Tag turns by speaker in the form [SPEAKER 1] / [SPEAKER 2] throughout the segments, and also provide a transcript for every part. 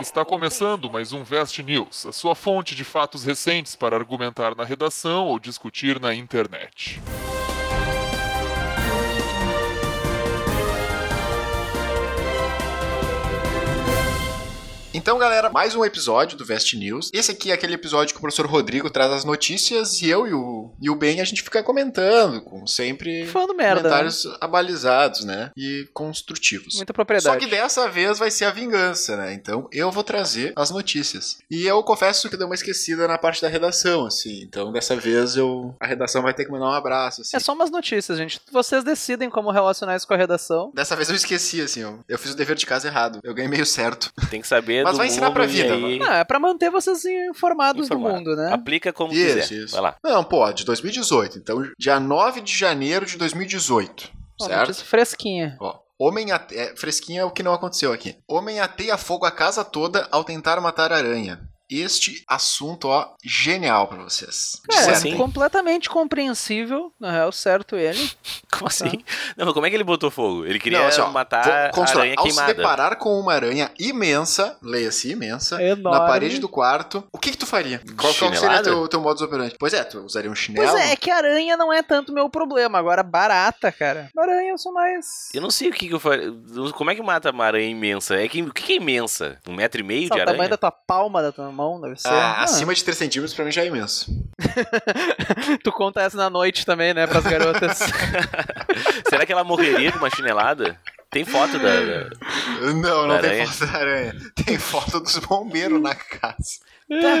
[SPEAKER 1] Está começando mais um Vest News, a sua fonte de fatos recentes para argumentar na redação ou discutir na internet.
[SPEAKER 2] Então, galera, mais um episódio do Vest News. Esse aqui é aquele episódio que o professor Rodrigo traz as notícias e eu e o, e o Ben a gente fica comentando, como sempre.
[SPEAKER 3] Falando merda. né?
[SPEAKER 2] Comentários abalizados, né? E construtivos.
[SPEAKER 3] Muita propriedade.
[SPEAKER 2] Só que dessa vez vai ser a vingança, né? Então eu vou trazer as notícias. E eu confesso que dei uma esquecida na parte da redação, assim. Então dessa vez eu a redação vai ter que mandar um abraço, assim.
[SPEAKER 3] É só umas notícias, gente. Vocês decidem como relacionar isso com a redação.
[SPEAKER 2] Dessa vez eu esqueci, assim. Eu, eu fiz o dever de casa errado. Eu ganhei meio certo.
[SPEAKER 4] Tem que saber
[SPEAKER 2] Mas
[SPEAKER 4] do
[SPEAKER 2] vai ensinar
[SPEAKER 4] mundo
[SPEAKER 2] pra
[SPEAKER 4] e
[SPEAKER 2] vida,
[SPEAKER 4] aí-
[SPEAKER 3] Ah, é pra manter vocês informados
[SPEAKER 4] informar.
[SPEAKER 3] do mundo, né?
[SPEAKER 4] Aplica como
[SPEAKER 2] Isso,
[SPEAKER 4] quiser.
[SPEAKER 2] isso.
[SPEAKER 4] Vai lá.
[SPEAKER 2] Não, pô, de 2018. Então, dia 9 de janeiro de 2018.
[SPEAKER 3] Uma
[SPEAKER 2] certo?
[SPEAKER 3] notícia fresquinha.
[SPEAKER 2] Ó, homem ate... é, fresquinho é o que não aconteceu aqui. Homem ateia fogo a casa toda ao tentar matar aranha. Este assunto, ó, genial pra vocês.
[SPEAKER 3] Cara,
[SPEAKER 2] Dissetem.
[SPEAKER 4] assim?
[SPEAKER 3] é completamente compreensível, na real, certo ele.
[SPEAKER 4] Como assim?
[SPEAKER 3] Tá.
[SPEAKER 4] Não, mas como é que ele botou fogo? Ele queria
[SPEAKER 2] Não, assim, ó, vou
[SPEAKER 4] matar a
[SPEAKER 2] constar.
[SPEAKER 4] aranha
[SPEAKER 2] Ao
[SPEAKER 4] queimada.
[SPEAKER 2] se deparar com uma aranha imensa, leia-se imensa,
[SPEAKER 3] É enorme.
[SPEAKER 2] na parede do quarto, o que que tu faria? Qual, qual que seria
[SPEAKER 4] Chinelada?
[SPEAKER 2] teu, teu modus operandi? Pois é, tu usaria um chinelo?
[SPEAKER 3] Pois é, é que aranha não é tanto meu problema. Agora, barata, cara. Aranha eu sou mais.
[SPEAKER 4] Eu não sei o que, que eu faria. Como é que mata uma aranha imensa? É que, o que, que é imensa? Um metro e meio
[SPEAKER 3] Sei lá,
[SPEAKER 4] de
[SPEAKER 3] o tamanho
[SPEAKER 4] aranha?
[SPEAKER 3] da tua palma, da tua mão, deve ser.
[SPEAKER 2] Ah,
[SPEAKER 3] Ah,
[SPEAKER 2] acima de 3 centímetros pra mim já é imenso.
[SPEAKER 3] Tu conta essa na noite também, né, pras garotas.
[SPEAKER 4] Será que ela morreria com uma chinelada? Tem foto da. da-
[SPEAKER 2] Não, não tem
[SPEAKER 4] Aranha.
[SPEAKER 2] foto da aranha. Tem foto dos bombeiros na casa.
[SPEAKER 4] Tá,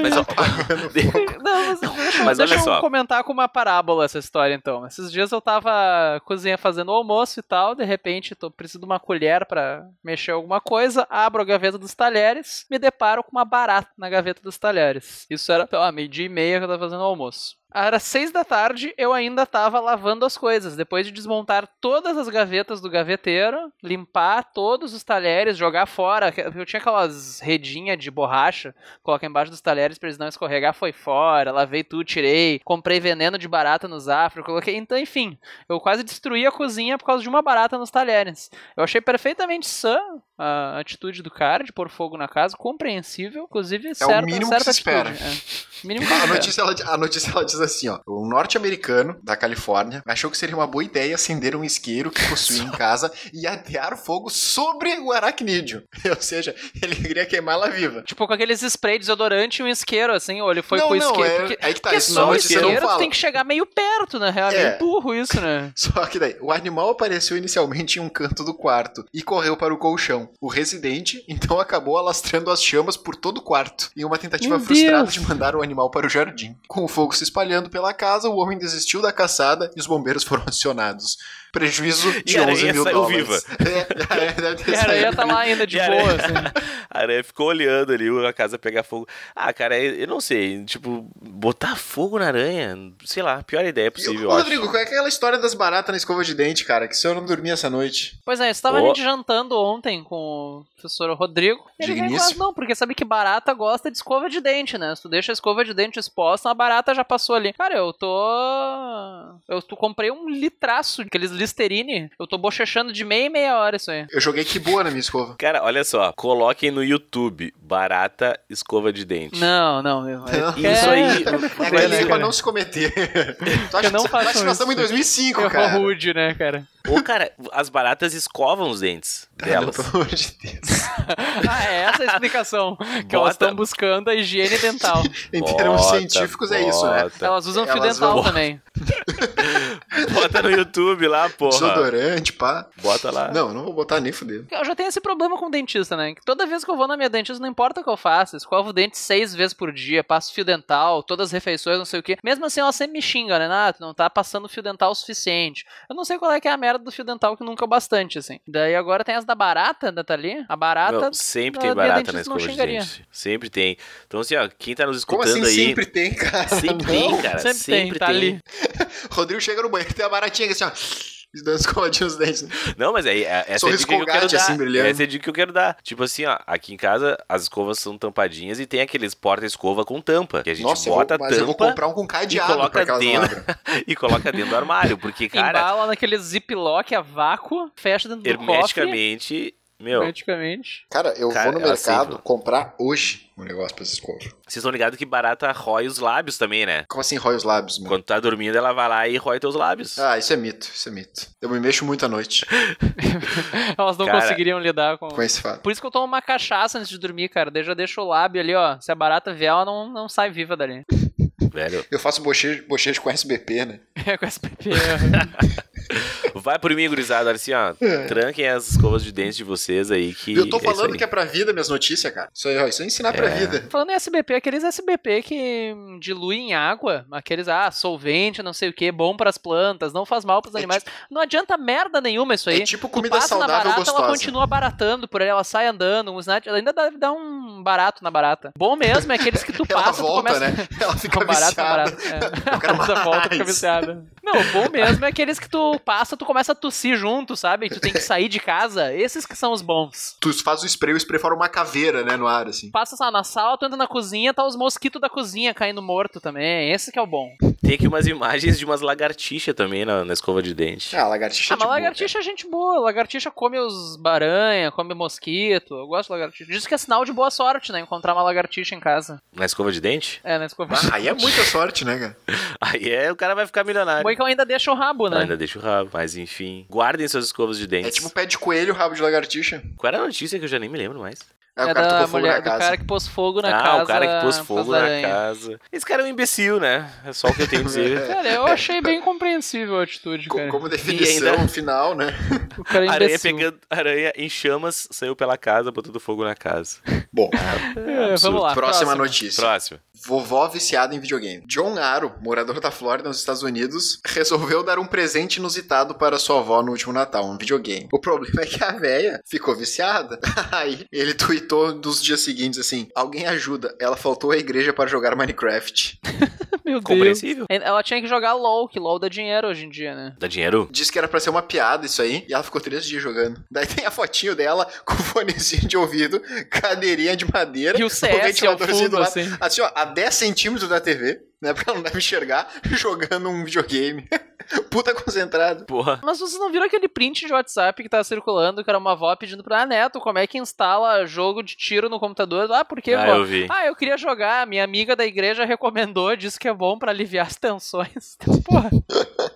[SPEAKER 4] Mas, ó,
[SPEAKER 2] Ah,
[SPEAKER 3] Não, mas deixa,
[SPEAKER 4] Mas
[SPEAKER 3] Tá. deixa
[SPEAKER 4] olha
[SPEAKER 3] eu
[SPEAKER 4] só.
[SPEAKER 3] comentar com uma parábola essa história, então. Esses dias eu tava cozinha fazendo almoço e tal, de repente tô, preciso de uma colher pra mexer alguma coisa, abro a gaveta dos talheres, me deparo com uma barata na gaveta dos talheres. Isso era, sei lá, meio-dia e meia que eu tava fazendo almoço. Era seis da tarde, eu ainda tava lavando as coisas. Depois de desmontar todas as gavetas do gaveteiro, limpar todos os talheres, jogar fora. Eu tinha aquelas redinhas de borracha coloca embaixo dos talheres pra eles não escorregar, foi fora, lavei tudo, tirei, comprei veneno de barata no Zafra, coloquei, então enfim, eu quase destruí a cozinha por causa de uma barata nos talheres. Eu achei perfeitamente sã a atitude do cara de pôr fogo na casa, compreensível, inclusive certa,
[SPEAKER 2] É mínimo que
[SPEAKER 3] certa
[SPEAKER 2] se
[SPEAKER 3] atitude. É. O Mínimo que se
[SPEAKER 2] A
[SPEAKER 3] espera.
[SPEAKER 2] notícia, ela, a notícia ela diz assim, ó. Um norte-americano da Califórnia achou que seria uma boa ideia acender um isqueiro que possuía em casa e atear fogo sobre o aracnídeo. Ou seja, ele queria queimá-la viva.
[SPEAKER 3] Tipo, com aqueles spray desodorante e um isqueiro, assim, ou ele foi
[SPEAKER 2] não,
[SPEAKER 3] com o
[SPEAKER 2] não,
[SPEAKER 3] isqueiro.
[SPEAKER 2] é,
[SPEAKER 3] porque
[SPEAKER 2] aí que tá,
[SPEAKER 3] porque
[SPEAKER 2] isso na
[SPEAKER 3] só o
[SPEAKER 2] notícia não
[SPEAKER 3] isqueiro tu
[SPEAKER 2] fala.
[SPEAKER 3] tem que chegar meio perto, né? É
[SPEAKER 2] É.
[SPEAKER 3] meio burro isso, né?
[SPEAKER 2] Só que daí, o animal apareceu inicialmente em um canto do quarto e correu para o colchão. O residente, então, acabou alastrando as chamas por todo o quarto, em uma tentativa
[SPEAKER 3] Meu
[SPEAKER 2] frustrada
[SPEAKER 3] Deus.
[SPEAKER 2] de mandar o animal para o jardim. Com o fogo se espalhando pela casa, o homem desistiu da caçada e os bombeiros foram acionados. Prejuízo de
[SPEAKER 4] E a
[SPEAKER 2] 11
[SPEAKER 4] aranha
[SPEAKER 2] mil
[SPEAKER 4] saiu
[SPEAKER 2] dólares. É, a aranha deve ter
[SPEAKER 3] E a aranha
[SPEAKER 2] saído
[SPEAKER 3] tá lá ainda de
[SPEAKER 4] E a
[SPEAKER 3] boa,
[SPEAKER 4] aranha-
[SPEAKER 3] assim.
[SPEAKER 4] A aranha ficou olhando ali a casa pegar fogo. Ah, cara, eu não sei. Tipo, botar fogo na aranha, sei lá, a pior ideia possível.
[SPEAKER 2] Ô,
[SPEAKER 4] eu acho.
[SPEAKER 2] Rodrigo, qual é aquela história das baratas na escova de dente, cara? Que o senhor não dormia essa noite?
[SPEAKER 3] Pois é, eu estava a
[SPEAKER 4] Ô.
[SPEAKER 3] gente jantando ontem com o professor Rodrigo. Ele vem
[SPEAKER 2] Digníssimo.
[SPEAKER 3] quase não, porque sabe que barata gosta de escova de dente, né? Se tu deixa a escova de dente exposta, a barata já passou ali. Cara, eu tô. Eu tô- comprei um litraço, aqueles Listerine. Eu tô bochechando de meia e meia hora isso aí.
[SPEAKER 2] Eu joguei que boa na minha escova.
[SPEAKER 4] Cara, olha só, coloquem no YouTube barata escova de dente.
[SPEAKER 3] Não, não, meu.
[SPEAKER 2] Não.
[SPEAKER 4] Isso aí.
[SPEAKER 2] É
[SPEAKER 3] Ué,
[SPEAKER 2] aquele
[SPEAKER 3] né,
[SPEAKER 2] erro pra
[SPEAKER 3] cara?
[SPEAKER 2] não se cometer. tu
[SPEAKER 3] Eu
[SPEAKER 2] acha
[SPEAKER 3] não
[SPEAKER 2] que, tu
[SPEAKER 3] faço
[SPEAKER 2] acha que nós
[SPEAKER 3] isso.
[SPEAKER 2] estamos em 2005,
[SPEAKER 3] Eu
[SPEAKER 2] cara?
[SPEAKER 3] rude, né, cara?
[SPEAKER 4] Ou, cara, as baratas escovam os dentes
[SPEAKER 2] Ah, não,
[SPEAKER 4] delas.
[SPEAKER 2] pelo amor de Deus.
[SPEAKER 3] Ah, é essa a explicação. que elas
[SPEAKER 4] Bota-
[SPEAKER 3] estão buscando a higiene dental.
[SPEAKER 2] Em termos
[SPEAKER 4] Bota,
[SPEAKER 2] né? científicos é isso, né?
[SPEAKER 4] bota.
[SPEAKER 3] Elas usam fio
[SPEAKER 2] Elas
[SPEAKER 3] dental
[SPEAKER 2] vão-
[SPEAKER 3] também.
[SPEAKER 4] Bota no YouTube lá, porra.
[SPEAKER 2] Desodorante, pá.
[SPEAKER 4] Bota lá.
[SPEAKER 2] Não, eu não vou botar nem fuder.
[SPEAKER 3] Eu já tenho esse problema com dentista, né? Que toda vez que eu vou na minha dentista, não importa o que eu faça, escovo o dente seis vezes por dia, passo fio dental, todas as refeições, não sei o quê. Mesmo assim, ela sempre me xinga, né? Ah, tu não tá passando fio dental o suficiente. Eu não sei qual é que é a merda do fio dental, que nunca é o bastante, assim. Daí agora tem as da barata, da Thali. A barata.
[SPEAKER 4] Meu, sempre
[SPEAKER 3] a
[SPEAKER 4] tem
[SPEAKER 3] minha
[SPEAKER 4] barata na
[SPEAKER 3] dentista não
[SPEAKER 4] escova de
[SPEAKER 3] xingaria.
[SPEAKER 4] dente. Sempre tem. Então, assim, ó, quem tá nos
[SPEAKER 2] Como
[SPEAKER 4] escutando
[SPEAKER 2] assim
[SPEAKER 4] aí.
[SPEAKER 2] sempre tem, cara?
[SPEAKER 4] Sempre
[SPEAKER 2] Não.
[SPEAKER 4] tem, cara.
[SPEAKER 3] Sempre tem, tá ali.
[SPEAKER 2] Rodrigo chega no banheiro, tem a baratinha que assim, ó. Dando escovadinha nos dentes.
[SPEAKER 4] Não, mas aí, é- essa é a
[SPEAKER 2] Sorriso
[SPEAKER 4] dica que eu quero
[SPEAKER 2] Colgate,
[SPEAKER 4] dar.
[SPEAKER 2] assim, brilhando.
[SPEAKER 4] Essa é a dica que eu quero dar. Tipo assim, ó, aqui em casa as escovas são tampadinhas e tem aqueles porta-escova com tampa. Que a gente
[SPEAKER 2] Nossa, eu vou-
[SPEAKER 4] bota a
[SPEAKER 2] mas eu vou
[SPEAKER 4] tampa
[SPEAKER 2] comprar um com cadeado
[SPEAKER 4] coloca
[SPEAKER 2] pra aquelas
[SPEAKER 4] dentro.
[SPEAKER 2] labras.
[SPEAKER 4] e coloca dentro do armário. Porque, cara,
[SPEAKER 3] Embala naquele ziplock a vácuo, fecha dentro do cofre.
[SPEAKER 4] hermeticamente Meu,
[SPEAKER 3] praticamente.
[SPEAKER 2] Cara, eu
[SPEAKER 4] Cara, é assim,
[SPEAKER 2] vou no
[SPEAKER 4] eu aceito.
[SPEAKER 2] mercado comprar hoje um negócio pra essas couves.
[SPEAKER 4] vocês estão ligados que barata rói os lábios também, né?
[SPEAKER 2] Como assim rói os lábios, mano?
[SPEAKER 4] Quando tu tá dormindo, ela vai lá e rói teus lábios.
[SPEAKER 2] Ah, isso é mito, isso é mito. Eu me mexo muito à noite
[SPEAKER 3] Elas não
[SPEAKER 4] Cara.
[SPEAKER 3] conseguiriam lidar com.
[SPEAKER 2] com esse fato.
[SPEAKER 3] Por isso que eu tomo uma cachaça antes de dormir, cara. Daí já deixo o lábio ali, ó. Se a barata vier, ela não, não sai viva dali.
[SPEAKER 4] Velho,
[SPEAKER 2] Eu faço bochejo, bochejo com SBP, né?
[SPEAKER 3] É com SPP.
[SPEAKER 4] vai por mim, gurizada, olha assim, ó. Tranquem as escovas de dente de vocês aí que.
[SPEAKER 2] É. eu tô
[SPEAKER 4] é isso
[SPEAKER 2] falando
[SPEAKER 4] aí.
[SPEAKER 2] que é pra vida minhas notícias, cara. Isso aí, ó, isso é ensinar pra
[SPEAKER 4] É.
[SPEAKER 2] vida.
[SPEAKER 3] Falando em SBP, aqueles SBP que hum, diluem em água, aqueles, ah, solvente, não sei o que, bom pras plantas, não faz mal pros
[SPEAKER 2] É
[SPEAKER 3] animais. Não adianta merda nenhuma isso aí.
[SPEAKER 2] É tipo
[SPEAKER 3] Tu
[SPEAKER 2] comida
[SPEAKER 3] passa na
[SPEAKER 2] saudável
[SPEAKER 3] barata, ela
[SPEAKER 2] gostosa.
[SPEAKER 3] continua baratando por aí, ela sai andando, um snatch, ela ainda dá, dá um barato na barata. Bom mesmo é aqueles que tu
[SPEAKER 2] Ela
[SPEAKER 3] passa, tu
[SPEAKER 2] volta,
[SPEAKER 3] começa...
[SPEAKER 2] né? Ela fica
[SPEAKER 3] Não, barata,
[SPEAKER 2] viciada.
[SPEAKER 3] barata. É.
[SPEAKER 2] Eu quero
[SPEAKER 3] Ela volta, fica
[SPEAKER 2] mais.
[SPEAKER 3] viciada. Não, o bom mesmo é aqueles que tu passa, tu começa a tossir junto, sabe? Tu tem que sair de casa. Esses que são os bons.
[SPEAKER 2] Tu faz o spray, o spray forma uma caveira, né, no ar, assim.
[SPEAKER 3] Passa sei lá, na sala, tu entra na cozinha, tá os mosquitos da cozinha caindo morto também. Esse que é o bom.
[SPEAKER 4] Tem aqui umas imagens de umas lagartixas também na, na escova de dente.
[SPEAKER 2] Ah, lagartixa
[SPEAKER 3] ah, mas lagartixa é gente boa. Lagartixa come os baranha, come mosquito. Eu gosto de lagartixa. Diz que é sinal de boa sorte, né? Encontrar uma lagartixa em casa.
[SPEAKER 4] Na escova de dente?
[SPEAKER 3] É, né? Desculpa.
[SPEAKER 2] Aí é muita sorte, né, cara?
[SPEAKER 4] Aí é, o cara vai ficar milionário.
[SPEAKER 3] Bom é que ela ainda deixa o rabo,
[SPEAKER 4] Ela
[SPEAKER 3] né?
[SPEAKER 4] ainda deixa o rabo, mas enfim. Guardem suas escovas de dente.
[SPEAKER 2] É tipo pé de coelho, rabo de lagartixa.
[SPEAKER 4] Qual era a notícia que eu já nem me lembro mais?
[SPEAKER 2] É, o
[SPEAKER 3] É
[SPEAKER 2] cara
[SPEAKER 3] da
[SPEAKER 2] tocou fogo
[SPEAKER 3] mulher,
[SPEAKER 2] na
[SPEAKER 3] do
[SPEAKER 2] casa.
[SPEAKER 3] cara que pôs fogo na
[SPEAKER 4] ah,
[SPEAKER 3] casa.
[SPEAKER 4] o cara que pôs
[SPEAKER 3] por
[SPEAKER 4] fogo
[SPEAKER 3] causa da
[SPEAKER 4] na
[SPEAKER 3] aranha.
[SPEAKER 4] casa. Esse cara é um imbecil, né? É só o que eu tenho a dizer.
[SPEAKER 3] Cara, eu achei bem compreensível a atitude,
[SPEAKER 2] É, Co-
[SPEAKER 3] cara.
[SPEAKER 2] Como definição
[SPEAKER 4] ainda-
[SPEAKER 2] final, né?
[SPEAKER 3] O cara é
[SPEAKER 4] Aranha
[SPEAKER 3] imbecil.
[SPEAKER 4] pegando aranha em chamas, saiu pela casa, botando fogo na casa.
[SPEAKER 2] Bom,
[SPEAKER 3] É,
[SPEAKER 4] absurdo.
[SPEAKER 3] vamos lá.
[SPEAKER 2] próxima notícia.
[SPEAKER 4] Próximo.
[SPEAKER 2] Vovó viciada em videogame. John Aro, morador da Flórida, nos Estados Unidos, resolveu dar um presente inusitado para sua avó no último Natal, um videogame. O problema é que a véia ficou viciada. Aí ele tweetou nos dias seguintes assim: Alguém ajuda, ela faltou à igreja para jogar Minecraft.
[SPEAKER 3] Meu Deus.
[SPEAKER 4] Compreensível.
[SPEAKER 3] Ela tinha que jogar LOL, que LOL dá dinheiro hoje em dia, né?
[SPEAKER 4] Dá dinheiro?
[SPEAKER 2] Disse que era pra ser uma piada isso aí, e ela ficou três dias jogando. Daí tem a fotinho dela com fonezinho de ouvido, cadeirinha de madeira,
[SPEAKER 3] E o CS ao
[SPEAKER 2] ventiladorzinho do
[SPEAKER 3] fundo,
[SPEAKER 2] lado.
[SPEAKER 3] assim.
[SPEAKER 2] Assim, ó, a 10 centímetros da TV, né? Pra não deve enxergar, jogando um videogame. Puta concentrado.
[SPEAKER 4] Porra.
[SPEAKER 3] Mas vocês não viram aquele print de WhatsApp que tava circulando, que era uma avó pedindo pra ah, Neto, como é que instala jogo de tiro no computador? Ah, por quê,
[SPEAKER 4] ah,
[SPEAKER 3] vó?
[SPEAKER 4] eu vi.
[SPEAKER 3] Ah, eu queria jogar, minha amiga da igreja recomendou, disse que é bom pra aliviar as tensões. Então, Porra,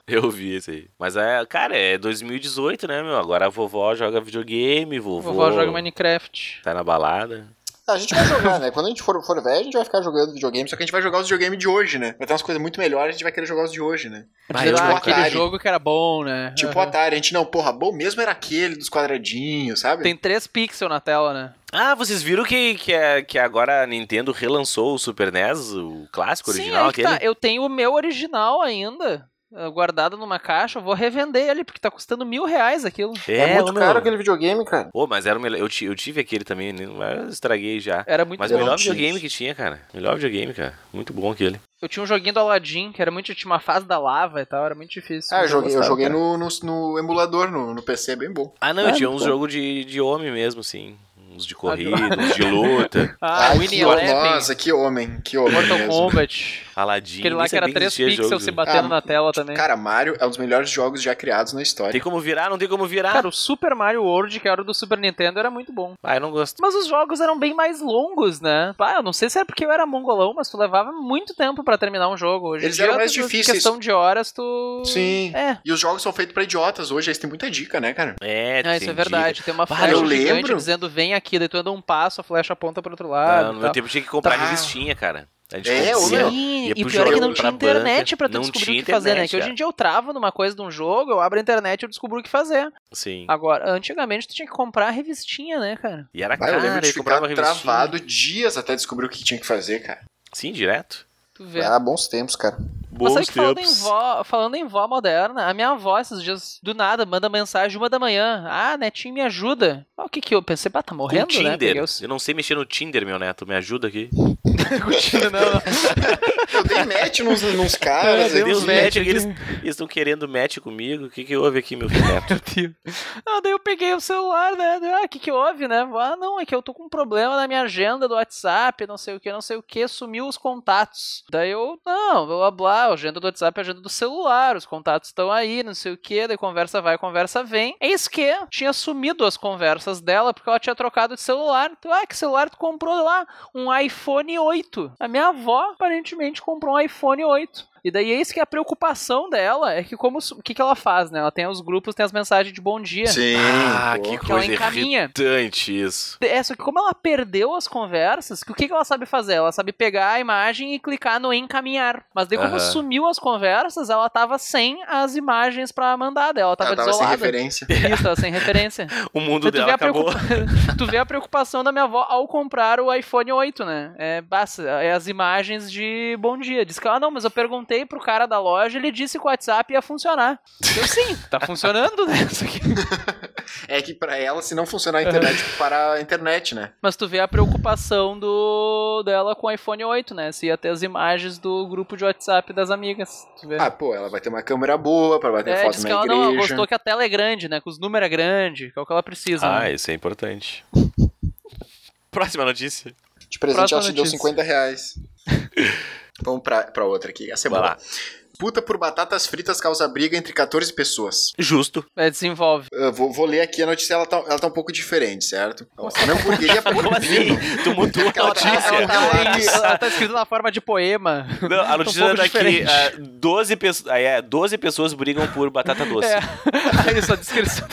[SPEAKER 4] Eu vi isso aí. Mas, é, cara, é 2018, né, meu? Agora a vovó joga videogame, vovô...
[SPEAKER 3] vovó joga Minecraft.
[SPEAKER 4] Tá na balada.
[SPEAKER 2] A gente vai jogar, né? Quando a gente for, for velho, a gente vai ficar jogando videogame. Só que a gente vai jogar os videogames de hoje, né? Vai ter umas coisas muito melhores, a gente vai querer jogar os de hoje, né?
[SPEAKER 4] Bah,
[SPEAKER 3] Ah,
[SPEAKER 4] eu jogo
[SPEAKER 3] aquele
[SPEAKER 2] Atari.
[SPEAKER 3] jogo que era bom, né?
[SPEAKER 2] Tipo o
[SPEAKER 3] Aham.
[SPEAKER 2] Atari, a gente não, porra, bom mesmo era aquele dos quadradinhos, sabe?
[SPEAKER 3] É. Tem 3 pixels na tela, né?
[SPEAKER 4] Ah, vocês viram que, que, é, que agora a Nintendo relançou o Super NES, o clássico original,
[SPEAKER 3] aí que
[SPEAKER 4] aquele?
[SPEAKER 3] tá. Eu tenho o meu original ainda, eh, guardado numa caixa. Eu vou revender ele, porque tá custando mil reais aquilo.
[SPEAKER 2] É, muito
[SPEAKER 4] ô, meu.
[SPEAKER 2] caro aquele videogame, cara.
[SPEAKER 4] Ô, mas era o melhor. Eu, ti- eu tive aquele também, né, mas eu estraguei já.
[SPEAKER 3] Era muito
[SPEAKER 4] Mas o
[SPEAKER 2] eu
[SPEAKER 3] bom.
[SPEAKER 2] não
[SPEAKER 4] melhor
[SPEAKER 2] tive.
[SPEAKER 4] videogame que tinha, cara. Melhor videogame, cara. Muito bom aquele.
[SPEAKER 3] Eu tinha um joguinho do Aladdin, que era muito. Tinha uma fase da lava e tal, era muito difícil.
[SPEAKER 2] Ah, eu
[SPEAKER 3] mas
[SPEAKER 2] joguei, eu
[SPEAKER 3] gostava,
[SPEAKER 2] joguei
[SPEAKER 3] cara.
[SPEAKER 2] no, no, no emulador, no, no PC, é bem bom.
[SPEAKER 4] Ah, não,
[SPEAKER 3] Ah,
[SPEAKER 4] eu tinha uns
[SPEAKER 3] muito
[SPEAKER 4] jogos de, de homem mesmo, assim. Uns de corrida,
[SPEAKER 3] Ah,
[SPEAKER 4] uns de luta.
[SPEAKER 3] Ah, Winnie
[SPEAKER 2] que,
[SPEAKER 3] Eleven,
[SPEAKER 2] nossa, que homem, que homem
[SPEAKER 3] Mortal
[SPEAKER 2] mesmo.
[SPEAKER 3] Kombat.
[SPEAKER 4] Aladdin.
[SPEAKER 3] Aquele lá
[SPEAKER 4] nem
[SPEAKER 3] que era
[SPEAKER 4] sabia
[SPEAKER 3] 3
[SPEAKER 4] existia
[SPEAKER 3] pixels
[SPEAKER 4] jogo.
[SPEAKER 3] se batendo
[SPEAKER 2] Ah,
[SPEAKER 3] na tela também.
[SPEAKER 2] Cara, Mario é um dos melhores jogos já criados na história.
[SPEAKER 4] Tem como virar? Não tem como virar?
[SPEAKER 3] Cara, o Super Mario World, que era o do Super Nintendo, era muito bom.
[SPEAKER 4] Ah, eu não gosto.
[SPEAKER 3] Mas os jogos eram bem mais longos, né? Ah, eu não sei se é porque eu era mongolão, mas tu levava muito tempo pra terminar um jogo. Hoje em
[SPEAKER 2] Eles
[SPEAKER 3] dia,
[SPEAKER 2] eram mais
[SPEAKER 3] tu-
[SPEAKER 2] difíceis.
[SPEAKER 3] questão de horas, tu...
[SPEAKER 2] Sim.
[SPEAKER 3] É,
[SPEAKER 2] E os jogos são feitos pra idiotas hoje, eles têm muita dica, né, cara?
[SPEAKER 4] É,
[SPEAKER 3] Ah, isso é
[SPEAKER 4] tem
[SPEAKER 3] verdade.
[SPEAKER 4] dica.
[SPEAKER 3] Tem uma
[SPEAKER 4] Bah,
[SPEAKER 3] flecha
[SPEAKER 2] eu
[SPEAKER 3] gigante
[SPEAKER 2] lembro.
[SPEAKER 3] dizendo vem aqui, daí tu anda um passo, a flecha aponta pro outro
[SPEAKER 4] Ah,
[SPEAKER 3] lado.
[SPEAKER 4] no
[SPEAKER 3] e
[SPEAKER 4] meu
[SPEAKER 3] tal.
[SPEAKER 4] tempo tinha que comprar
[SPEAKER 2] Tá.
[SPEAKER 4] revistinha, cara. A gente
[SPEAKER 2] É, ô,
[SPEAKER 4] compra- assim,
[SPEAKER 2] meu.
[SPEAKER 3] Sim,
[SPEAKER 4] ia
[SPEAKER 3] e
[SPEAKER 4] pro
[SPEAKER 3] pior é que
[SPEAKER 2] jogo,
[SPEAKER 3] não
[SPEAKER 4] pra
[SPEAKER 3] tinha
[SPEAKER 4] banca,
[SPEAKER 3] internet pra tu
[SPEAKER 4] não
[SPEAKER 3] descobrir o que
[SPEAKER 4] tinha
[SPEAKER 3] fazer, né?
[SPEAKER 4] internet, é.
[SPEAKER 3] Que hoje
[SPEAKER 4] cara.
[SPEAKER 3] em dia eu travo numa coisa de um jogo, eu abro a internet e eu descubro o que fazer.
[SPEAKER 4] Sim.
[SPEAKER 3] Agora, antigamente tu tinha que comprar a revistinha, né, cara?
[SPEAKER 4] assim. E era
[SPEAKER 2] Bah,
[SPEAKER 4] caro,
[SPEAKER 2] eu lembro de
[SPEAKER 4] eu comprava
[SPEAKER 2] ficar
[SPEAKER 4] revistinha.
[SPEAKER 2] travado dias até descobrir o que tinha que fazer, cara.
[SPEAKER 4] Sim, direto.
[SPEAKER 3] Tu vê.
[SPEAKER 2] Ah, bons tempos, cara.
[SPEAKER 3] Mas sabe que falando em, vó, falando em vó moderna, a minha avó esses dias, do nada, manda mensagem uma da manhã. Ah, netinho, me ajuda. Ah, o que que eu pensei? Bah, tá
[SPEAKER 4] Com
[SPEAKER 3] morrendo, né?
[SPEAKER 4] Tinder.
[SPEAKER 3] Peguei o
[SPEAKER 4] Eu não sei mexer no Tinder, meu neto. Me ajuda aqui.
[SPEAKER 3] Continua, não, não.
[SPEAKER 2] Eu dei match nos, nos caras.
[SPEAKER 3] Meu
[SPEAKER 4] Deu
[SPEAKER 3] Deus, né?
[SPEAKER 2] aqui.
[SPEAKER 3] match
[SPEAKER 4] os match, aqui, eles estão querendo match comigo. O que, que houve aqui, meu neto?
[SPEAKER 3] Meu Deus. Não, Ah, daí eu peguei o celular, né? Ah, o que, que houve, né? Ah, não, é que eu tô com um problema na minha agenda do WhatsApp, não sei o que, não sei o que, sumiu os contatos. Daí eu, não, blá blá, blá, a agenda do WhatsApp é a agenda do celular, os contatos estão aí, não sei o que, daí conversa vai, conversa vem. Eis que tinha sumido as conversas dela porque ela tinha trocado de celular. Tu, ah, que celular tu comprou lá? Um iPhone 8. A minha avó aparentemente comprou um iPhone 8. E daí eis que a preocupação dela é que como o que que ela faz, né? Ela tem os grupos, tem as mensagens de bom dia.
[SPEAKER 2] Sim.
[SPEAKER 4] Ah,
[SPEAKER 2] pô. é um
[SPEAKER 4] que
[SPEAKER 3] que ela
[SPEAKER 4] coisa
[SPEAKER 3] encaminha.
[SPEAKER 4] irritante isso.
[SPEAKER 3] É, só que como ela perdeu as conversas, que o que que ela sabe fazer? Ela sabe pegar a imagem e clicar no encaminhar. Mas daí como
[SPEAKER 4] Aham.
[SPEAKER 3] sumiu as conversas, ela tava sem as imagens pra mandar dela, ela tava,
[SPEAKER 2] Ela tava sem
[SPEAKER 3] desolada.
[SPEAKER 2] referência.
[SPEAKER 3] Isso, ela sem referência.
[SPEAKER 4] O mundo
[SPEAKER 3] Daí tu, vê
[SPEAKER 4] dela
[SPEAKER 3] a
[SPEAKER 4] acabou.
[SPEAKER 3] preocupa- tu vê a preocupação da minha avó ao comprar o iPhone 8, né? É, basta, é as imagens de bom dia. Diz que ela, "Ah, não, mas eu perguntei pro cara da loja, ele disse que o WhatsApp ia funcionar. Eu, sim, tá funcionando, né? Isso aqui.
[SPEAKER 2] É que pra ela, se não funcionar a internet, parar a internet, né?
[SPEAKER 3] Mas tu vê a preocupação do dela com o iPhone 8, né? Se ia ter as imagens do grupo de WhatsApp das amigas. Tu vê.
[SPEAKER 2] Ah, pô, ela vai ter uma câmera boa pra bater
[SPEAKER 3] é,
[SPEAKER 2] foto
[SPEAKER 3] diz
[SPEAKER 2] na
[SPEAKER 3] que ela não ela
[SPEAKER 2] igreja.
[SPEAKER 3] gostou que a tela é grande, né? Que os números é grande, que é o que ela precisa. né?
[SPEAKER 4] Ah, isso é importante. Próxima notícia.
[SPEAKER 2] De presente
[SPEAKER 3] Próxima
[SPEAKER 2] ela te deu
[SPEAKER 3] notícia.
[SPEAKER 2] 50 reais. Vamos pra, pra outra aqui. Essa é
[SPEAKER 4] Vai
[SPEAKER 2] boa.
[SPEAKER 4] lá.
[SPEAKER 2] Puta por batatas fritas causa briga entre 14 pessoas.
[SPEAKER 4] Justo.
[SPEAKER 3] É, desenvolve.
[SPEAKER 2] Eu vou, vou ler aqui a notícia, ela tá, ela tá um pouco diferente, certo?
[SPEAKER 3] Nossa.
[SPEAKER 2] Não hamburgueria
[SPEAKER 4] Como assim?
[SPEAKER 2] proibindo.
[SPEAKER 4] Tu mudou a
[SPEAKER 2] Ela Ah, tá- ela
[SPEAKER 4] notícia.
[SPEAKER 2] tá-
[SPEAKER 3] Ela, ela tá escrita na forma de poema.
[SPEAKER 4] Não, a notícia
[SPEAKER 3] pouco
[SPEAKER 4] é daqui.
[SPEAKER 3] diferente.
[SPEAKER 4] ah, 12, pesso- ah, é, 12 pessoas brigam por batata doce.
[SPEAKER 3] É. Aí essa descrição.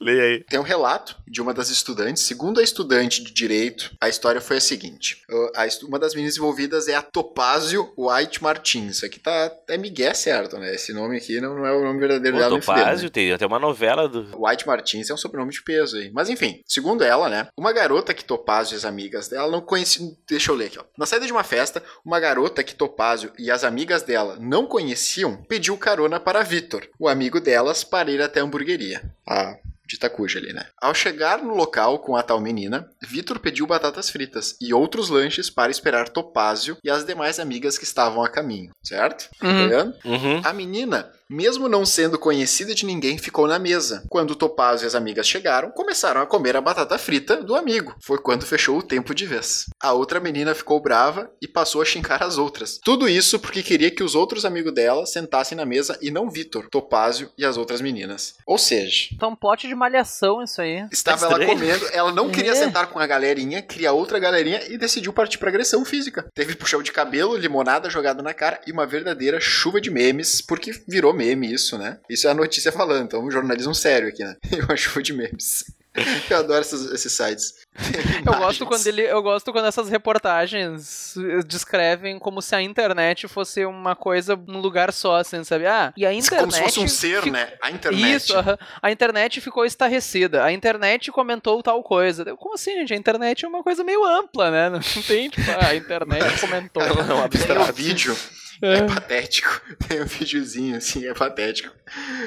[SPEAKER 4] Leia aí.
[SPEAKER 2] Tem um relato de uma das estudantes. Segundo a estudante de direito, a história foi a seguinte: Uh, a estu- uma das meninas envolvidas é a Topázio White Martins. Isso aqui tá é Miguel, certo, né? Esse nome aqui não, não é o nome verdadeiro
[SPEAKER 4] O
[SPEAKER 2] dela. nem fudendo, né?
[SPEAKER 4] Topázio tem até uma novela do.
[SPEAKER 2] White Martins é um sobrenome de peso aí. Mas enfim, segundo ela, né? Uma garota que Topázio e as amigas dela não conheciam. Deixa eu ler aqui, ó. Na saída de uma festa, uma garota que Topázio e as amigas dela não conheciam pediu carona para Vitor, o amigo delas, para ir até a hamburgueria. A de Itacuja ali, né? Ao chegar no local com a tal menina, Vitor pediu batatas fritas e outros lanches para esperar Topázio e as demais amigas que estavam a caminho, certo? Tá
[SPEAKER 3] Uhum.
[SPEAKER 2] vendo?
[SPEAKER 4] Uhum.
[SPEAKER 2] A menina, mesmo não sendo conhecida de ninguém, ficou na mesa. Quando o Topazio e as amigas chegaram, começaram a comer a batata frita do amigo. Foi quando fechou o tempo de vez. A outra menina ficou brava e passou a xingar as outras. Tudo isso porque queria que os outros amigos dela sentassem na mesa e não Vitor, Topazio e as outras meninas. Ou seja,
[SPEAKER 3] Então, plot de malhação isso aí.
[SPEAKER 2] estava ela
[SPEAKER 4] Tá Estranho.
[SPEAKER 2] comendo, ela não queria
[SPEAKER 3] É.
[SPEAKER 2] sentar com a galerinha, cria outra galerinha e decidiu partir para agressão física. Teve puxão de cabelo, limonada jogada na cara e uma verdadeira chuva de memes, porque virou meme isso, né? Isso é a notícia falando, então um jornalismo sério aqui, né? E uma chuva de memes. Eu adoro esses, esses sites.
[SPEAKER 3] Eu gosto, quando ele, eu gosto quando essas reportagens eh, descrevem como se a internet fosse uma coisa num lugar só, assim, sabe? Ah, e a internet.
[SPEAKER 2] Como se fosse um ser,
[SPEAKER 3] fi-
[SPEAKER 2] né? A internet.
[SPEAKER 3] Isso, aham. a internet ficou estarrecida. A internet comentou tal coisa. Eu, Como assim, gente? A internet é uma coisa meio ampla, né? Não tem, tipo, ah, a internet comentou.
[SPEAKER 4] É um
[SPEAKER 2] Tem um
[SPEAKER 4] abstrato.
[SPEAKER 2] vídeo, é
[SPEAKER 3] É.
[SPEAKER 2] patético. Tem um videozinho assim, é patético.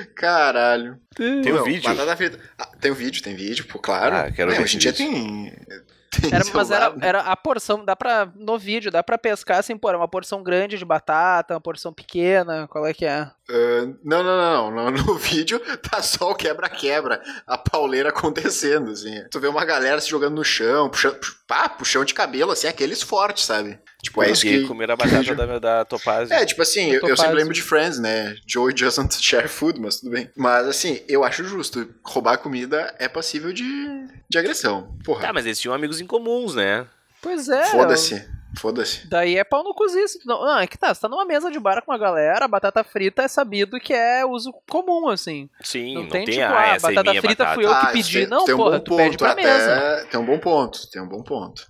[SPEAKER 2] Caralho.
[SPEAKER 4] Tem um
[SPEAKER 2] Não,
[SPEAKER 4] vídeo.
[SPEAKER 2] batata frita. Ah, tem um vídeo, tem vídeo, pô, claro.
[SPEAKER 4] Ah, quero
[SPEAKER 2] É,
[SPEAKER 4] ver
[SPEAKER 2] Hoje em
[SPEAKER 4] esse
[SPEAKER 2] dia tem. tem
[SPEAKER 3] Era, mas
[SPEAKER 2] celular,
[SPEAKER 3] era,
[SPEAKER 2] né?
[SPEAKER 3] era a porção, dá pra. No vídeo, dá pra pescar assim, pô, era uma porção grande de batata, uma porção pequena, qual é que é?
[SPEAKER 2] Ah, não, não, não, não. No vídeo tá só o quebra-quebra, a pauleira acontecendo, assim. Tu vê uma galera se jogando no chão, puxando, pu- pá, puxão de cabelo, assim, aqueles fortes, sabe? Tipo, é
[SPEAKER 4] Porque
[SPEAKER 2] isso que.
[SPEAKER 4] comer a batata da, da Topázio.
[SPEAKER 2] É, tipo assim, eu, eu sempre
[SPEAKER 3] Topazio.
[SPEAKER 2] lembro de Friends, né? Joey doesn't share food, mas tudo bem. Mas assim, eu acho justo. Roubar comida é passível de, de agressão. Porra.
[SPEAKER 4] Tá, mas eles tinham amigos em comuns, né?
[SPEAKER 3] Pois é.
[SPEAKER 2] Foda-se. Foda-se.
[SPEAKER 3] Daí é pau no cozinho. Não, não, é que tá, você tá numa mesa de bar com uma galera, a batata frita é sabido que é uso comum, assim.
[SPEAKER 4] Sim,
[SPEAKER 3] Não
[SPEAKER 4] não,
[SPEAKER 3] tem,
[SPEAKER 4] tem,
[SPEAKER 3] tipo, ah,
[SPEAKER 4] ah, essa
[SPEAKER 3] batata
[SPEAKER 4] é minha
[SPEAKER 3] frita
[SPEAKER 4] batata.
[SPEAKER 3] fui eu. que
[SPEAKER 2] isso
[SPEAKER 3] pedi.
[SPEAKER 2] tem-
[SPEAKER 3] Não,
[SPEAKER 2] tem um
[SPEAKER 3] porra,
[SPEAKER 2] bom
[SPEAKER 3] tu pede
[SPEAKER 2] ponto,
[SPEAKER 3] pra
[SPEAKER 2] até,
[SPEAKER 3] mesa.
[SPEAKER 2] Tem um bom ponto, tem um bom ponto.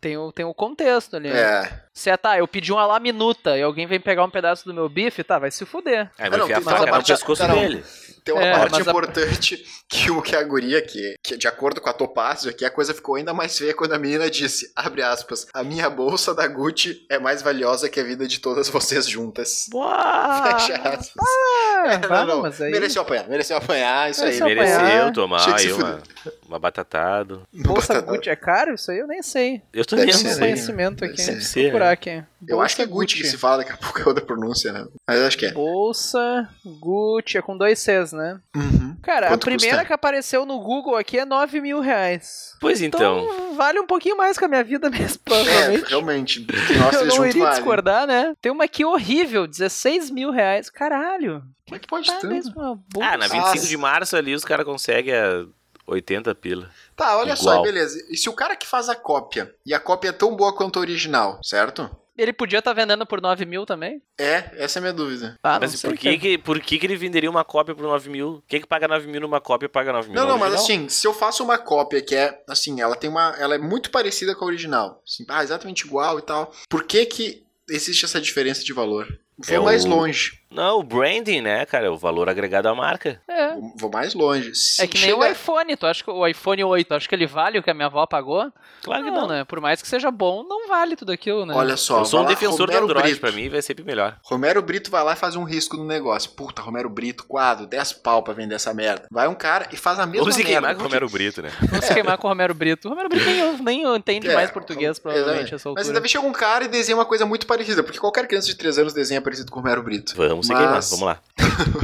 [SPEAKER 3] Tem o, tem o contexto ali.
[SPEAKER 2] É,
[SPEAKER 3] Se é, tá, eu pedi uma laminuta e alguém vem pegar um pedaço do meu bife, tá, vai se fuder.
[SPEAKER 4] Aí
[SPEAKER 2] Ah,
[SPEAKER 4] vai
[SPEAKER 2] não,
[SPEAKER 4] enfiar a
[SPEAKER 2] tem- tem
[SPEAKER 4] faca
[SPEAKER 2] uma
[SPEAKER 4] no
[SPEAKER 2] parte-
[SPEAKER 4] pescoço
[SPEAKER 2] não, não.
[SPEAKER 4] dele.
[SPEAKER 2] Tem uma
[SPEAKER 3] É,
[SPEAKER 2] parte
[SPEAKER 3] mas a-
[SPEAKER 2] importante que o que a guria, que, que de acordo com a Topazio, que a coisa ficou ainda mais feia quando a menina disse, abre aspas, a minha bolsa da Gucci é mais valiosa que a vida de todas vocês juntas. Fecha aspas.
[SPEAKER 3] Ah,
[SPEAKER 2] Não, não,
[SPEAKER 3] mas aí...
[SPEAKER 2] mereceu apanhar, mereceu apanhar, isso aí.
[SPEAKER 3] Mereceu apanhar.
[SPEAKER 4] Mereceu
[SPEAKER 3] apanhar.
[SPEAKER 4] tomar
[SPEAKER 2] é, Tinha que se
[SPEAKER 4] aí uma, uma batatado.
[SPEAKER 3] Bolsa
[SPEAKER 2] Batata-
[SPEAKER 3] Gucci é caro? Isso aí eu nem sei.
[SPEAKER 4] Eu
[SPEAKER 3] Eu
[SPEAKER 4] também
[SPEAKER 2] um Deve
[SPEAKER 3] tenho
[SPEAKER 2] ser,
[SPEAKER 4] não
[SPEAKER 3] um
[SPEAKER 4] sei.
[SPEAKER 2] né?
[SPEAKER 3] conhecimento aqui.
[SPEAKER 2] Deve né?
[SPEAKER 4] ser.
[SPEAKER 3] Vou procurar aqui.
[SPEAKER 2] Eu acho que é Gucci que se fala daqui a pouco é outra pronúncia, né? Mas eu acho que é.
[SPEAKER 3] Bolsa Gucci, é com dois Cs, né?
[SPEAKER 2] É,
[SPEAKER 3] Cara,
[SPEAKER 2] Quanto
[SPEAKER 3] a primeira
[SPEAKER 2] custa?
[SPEAKER 3] que apareceu no Google aqui é 9 mil reais.
[SPEAKER 4] Pois
[SPEAKER 3] Então,
[SPEAKER 4] então.
[SPEAKER 3] vale um pouquinho mais que a minha vida mesmo,
[SPEAKER 2] É,
[SPEAKER 3] provavelmente.
[SPEAKER 2] realmente. porque Nós
[SPEAKER 3] eu
[SPEAKER 2] três
[SPEAKER 3] não
[SPEAKER 2] juntos
[SPEAKER 3] iria
[SPEAKER 2] vale.
[SPEAKER 3] discordar, né? Tem uma aqui horrível, 16 mil reais. Caralho.
[SPEAKER 2] Como é que pode
[SPEAKER 3] Tá
[SPEAKER 2] tanto?
[SPEAKER 3] mesmo uma bolsa.
[SPEAKER 4] Ah, na 25 de março ali os caras conseguem a 80 pila.
[SPEAKER 2] Tá, olha só,
[SPEAKER 4] Igual.
[SPEAKER 2] beleza. E se o cara que faz a cópia, e a cópia é tão boa quanto a original, certo?
[SPEAKER 3] Ele podia estar vendendo por 9 mil também?
[SPEAKER 2] É, essa é a minha dúvida.
[SPEAKER 3] Ah, não
[SPEAKER 4] Mas
[SPEAKER 3] sei,
[SPEAKER 4] por, que,
[SPEAKER 3] cara.
[SPEAKER 4] que, por que, que ele venderia uma cópia por 9 mil? Quem é que paga 9 mil numa cópia paga 9 mil?
[SPEAKER 2] Não,
[SPEAKER 4] na
[SPEAKER 2] não, mas
[SPEAKER 4] original?
[SPEAKER 2] assim, se eu faço uma cópia que é, assim, ela tem uma, ela é muito parecida com a original, assim, ah, exatamente igual e tal. Por que que existe essa diferença de valor? Vou
[SPEAKER 4] É
[SPEAKER 2] mais
[SPEAKER 4] o-
[SPEAKER 2] longe,
[SPEAKER 4] Não, o branding, né, cara? O valor agregado à marca.
[SPEAKER 3] É.
[SPEAKER 2] vou- vou mais longe. Se
[SPEAKER 3] É que nem
[SPEAKER 2] chega-
[SPEAKER 3] o iPhone, tu acha que o iPhone 8, acho que ele vale o que a minha avó pagou?
[SPEAKER 4] Claro que não.
[SPEAKER 3] né? Por mais que seja bom, não vale tudo aquilo, né?
[SPEAKER 2] Olha só,
[SPEAKER 4] Eu sou um
[SPEAKER 2] vai lá,
[SPEAKER 4] defensor do
[SPEAKER 2] Romero
[SPEAKER 4] Android,
[SPEAKER 2] Brito.
[SPEAKER 4] pra mim vai sempre melhor.
[SPEAKER 2] Romero Brito vai lá e faz um risco no negócio. Puta, Romero Brito, quadro, 10 pau pra vender essa merda. Vai um cara e faz a mesma
[SPEAKER 4] Ou se
[SPEAKER 2] merda.
[SPEAKER 4] queimar com o
[SPEAKER 2] porque-
[SPEAKER 4] Romero Brito, né?
[SPEAKER 3] Vamos se queimar com o Romero Brito. O Romero Brito nem, nem entende
[SPEAKER 2] É,
[SPEAKER 3] mais português, provavelmente,
[SPEAKER 2] exatamente.
[SPEAKER 3] a essa
[SPEAKER 2] Mas
[SPEAKER 3] altura.
[SPEAKER 2] ainda vem chega um cara e desenha uma coisa muito parecida, porque qualquer criança de 3 anos desenha parecido com o Romero Brito.
[SPEAKER 4] Vamos se
[SPEAKER 2] Mas-
[SPEAKER 4] queimar, vamos lá.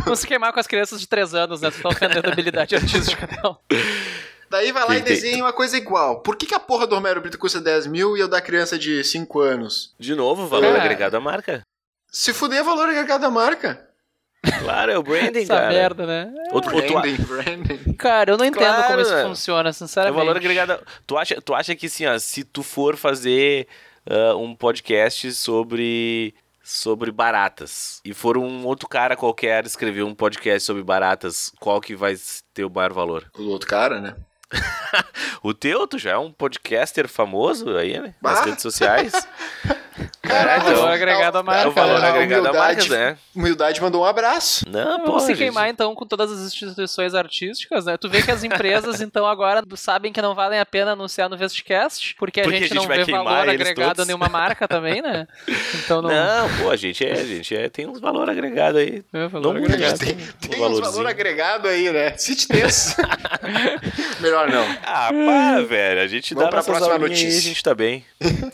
[SPEAKER 3] Vamos se queimar com as crianças de 3 anos, né? Tu tá ofendendo a habilidade artística, um. não.
[SPEAKER 2] Daí vai lá e
[SPEAKER 4] Tem- tem-
[SPEAKER 2] desenha uma coisa igual. Por que, que a porra do Romero Brito custa 10 mil e eu da criança de 5 anos?
[SPEAKER 4] De novo, o valor
[SPEAKER 3] É.
[SPEAKER 4] agregado à marca.
[SPEAKER 2] Se fuder, é valor agregado da marca.
[SPEAKER 4] Claro, é o branding,
[SPEAKER 3] Essa
[SPEAKER 4] cara.
[SPEAKER 3] merda, né?
[SPEAKER 4] Ou tu- ou tu-
[SPEAKER 2] branding.
[SPEAKER 3] Cara, eu não entendo
[SPEAKER 4] Claro,
[SPEAKER 3] como isso
[SPEAKER 4] velho.
[SPEAKER 3] funciona,
[SPEAKER 4] é
[SPEAKER 3] sinceramente.
[SPEAKER 4] o valor agregado. Tu acha, tu acha que assim, ó, se tu for fazer ah, um podcast sobre sobre baratas e for um outro cara qualquer escrever um podcast sobre baratas, qual que vai ter o maior valor?
[SPEAKER 2] O outro cara, né?
[SPEAKER 4] O teu, tu já é um podcaster famoso aí, né? Nas
[SPEAKER 2] Ah.
[SPEAKER 4] redes sociais.
[SPEAKER 3] Caralho,
[SPEAKER 4] Caralho,
[SPEAKER 3] valor
[SPEAKER 4] é
[SPEAKER 3] agregado à
[SPEAKER 4] É
[SPEAKER 3] marca.
[SPEAKER 4] o valor
[SPEAKER 2] A
[SPEAKER 4] agregado à marca,
[SPEAKER 2] humildade.
[SPEAKER 4] né?
[SPEAKER 2] Humildade mandou um abraço.
[SPEAKER 4] Não, pô.
[SPEAKER 3] Vamos se
[SPEAKER 4] gente.
[SPEAKER 3] queimar então com todas as instituições artísticas, né? Tu vê que as empresas então agora sabem que não valem a pena anunciar no Vestcast, porque,
[SPEAKER 4] Porque
[SPEAKER 3] a gente,
[SPEAKER 4] a gente
[SPEAKER 3] não
[SPEAKER 4] vai
[SPEAKER 3] vê
[SPEAKER 4] queimar
[SPEAKER 3] valor
[SPEAKER 4] eles
[SPEAKER 3] agregado a
[SPEAKER 4] todos.
[SPEAKER 3] nenhuma marca também, né? Então não,
[SPEAKER 4] Não, pô, a gente é, a gente é, tem uns valor agregado aí.
[SPEAKER 3] vê valor
[SPEAKER 4] não muito,
[SPEAKER 3] agregado.
[SPEAKER 4] gente, tem,
[SPEAKER 2] Tem
[SPEAKER 4] um
[SPEAKER 2] uns
[SPEAKER 4] valorzinho.
[SPEAKER 2] valor agregado aí, né? Cite desse. Melhor não.
[SPEAKER 4] Ah, pá,
[SPEAKER 3] Hum.
[SPEAKER 4] velho. A gente
[SPEAKER 2] Vamos
[SPEAKER 4] dá
[SPEAKER 2] pra
[SPEAKER 4] nossas
[SPEAKER 2] próxima
[SPEAKER 4] aulinhas aí,
[SPEAKER 2] notícia.
[SPEAKER 4] a gente tá bem.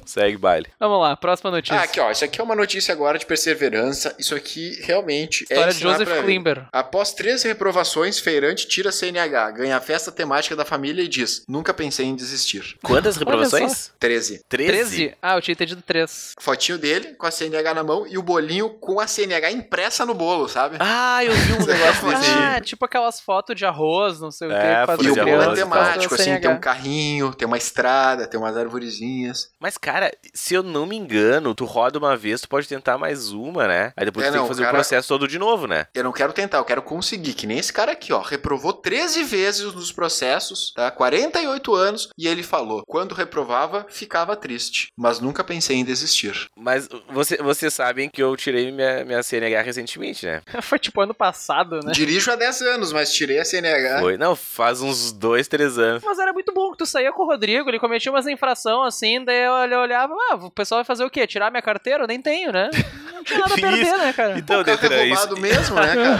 [SPEAKER 4] Segue baile.
[SPEAKER 3] Vamos lá, próxima notícia.
[SPEAKER 2] Ah, aqui, ó. Isso aqui é uma notícia agora de perseverança. Isso aqui realmente é.
[SPEAKER 3] História
[SPEAKER 2] de
[SPEAKER 3] de
[SPEAKER 2] ensinar
[SPEAKER 3] Joseph
[SPEAKER 2] pra vida.
[SPEAKER 3] Klimber.
[SPEAKER 2] Após três reprovações, feirante tira CNH, ganha a festa temática da família e diz: Nunca pensei em desistir.
[SPEAKER 4] Quantas reprovações?
[SPEAKER 3] reprovações?
[SPEAKER 2] 13.
[SPEAKER 4] 13.
[SPEAKER 3] 13? Ah, eu tinha entendido 3.
[SPEAKER 2] Fotinho dele com a CNH na mão e o bolinho com a CNH impressa no bolo, sabe?
[SPEAKER 4] Ah, eu vi um negócio desse.
[SPEAKER 2] Entendi.
[SPEAKER 3] Ah, tipo aquelas fotos de arroz, não sei o que,
[SPEAKER 4] É,
[SPEAKER 3] que faz
[SPEAKER 4] folha
[SPEAKER 2] E
[SPEAKER 4] de
[SPEAKER 2] o
[SPEAKER 3] as
[SPEAKER 2] bolo é
[SPEAKER 4] arroz
[SPEAKER 3] crianças
[SPEAKER 4] e tal. Tipo
[SPEAKER 2] temático,
[SPEAKER 3] fazendo
[SPEAKER 2] assim, tem um
[SPEAKER 3] CNH.
[SPEAKER 2] carrinho, tem uma estrada, tem umas arvorezinhas.
[SPEAKER 4] Mas, cara, se eu não me engano, tu roda uma vez, tu pode tentar mais uma, né? Aí depois
[SPEAKER 2] É,
[SPEAKER 4] tu tem
[SPEAKER 2] não,
[SPEAKER 4] que fazer
[SPEAKER 2] cara-
[SPEAKER 4] o processo todo de novo, né?
[SPEAKER 2] Eu não quero tentar, eu quero conseguir, que nem esse cara aqui, ó. Reprovou 13 vezes nos processos, tá? 48 anos, e ele falou: quando reprovava, ficava triste, mas nunca pensei em desistir.
[SPEAKER 4] Mas você, vocês sabem que eu tirei minha, minha CNH recentemente, né?
[SPEAKER 3] Foi tipo ano passado, né?
[SPEAKER 2] Dirijo há 10 anos, mas tirei a CNH.
[SPEAKER 4] Foi. Não, faz uns dois, três anos.
[SPEAKER 3] Mas era muito bom que tu saía com o Rodrigo, ele cometia umas infração assim, daí eu- ele olhava, ah, o pessoal vai fazer o quê? Tirar minha carteira? Eu nem tenho, né? Não tinha nada a perder,
[SPEAKER 4] Isso.
[SPEAKER 3] né, cara?
[SPEAKER 4] Então,
[SPEAKER 2] Carro
[SPEAKER 4] Detran, isso,
[SPEAKER 2] roubado mesmo, né, cara?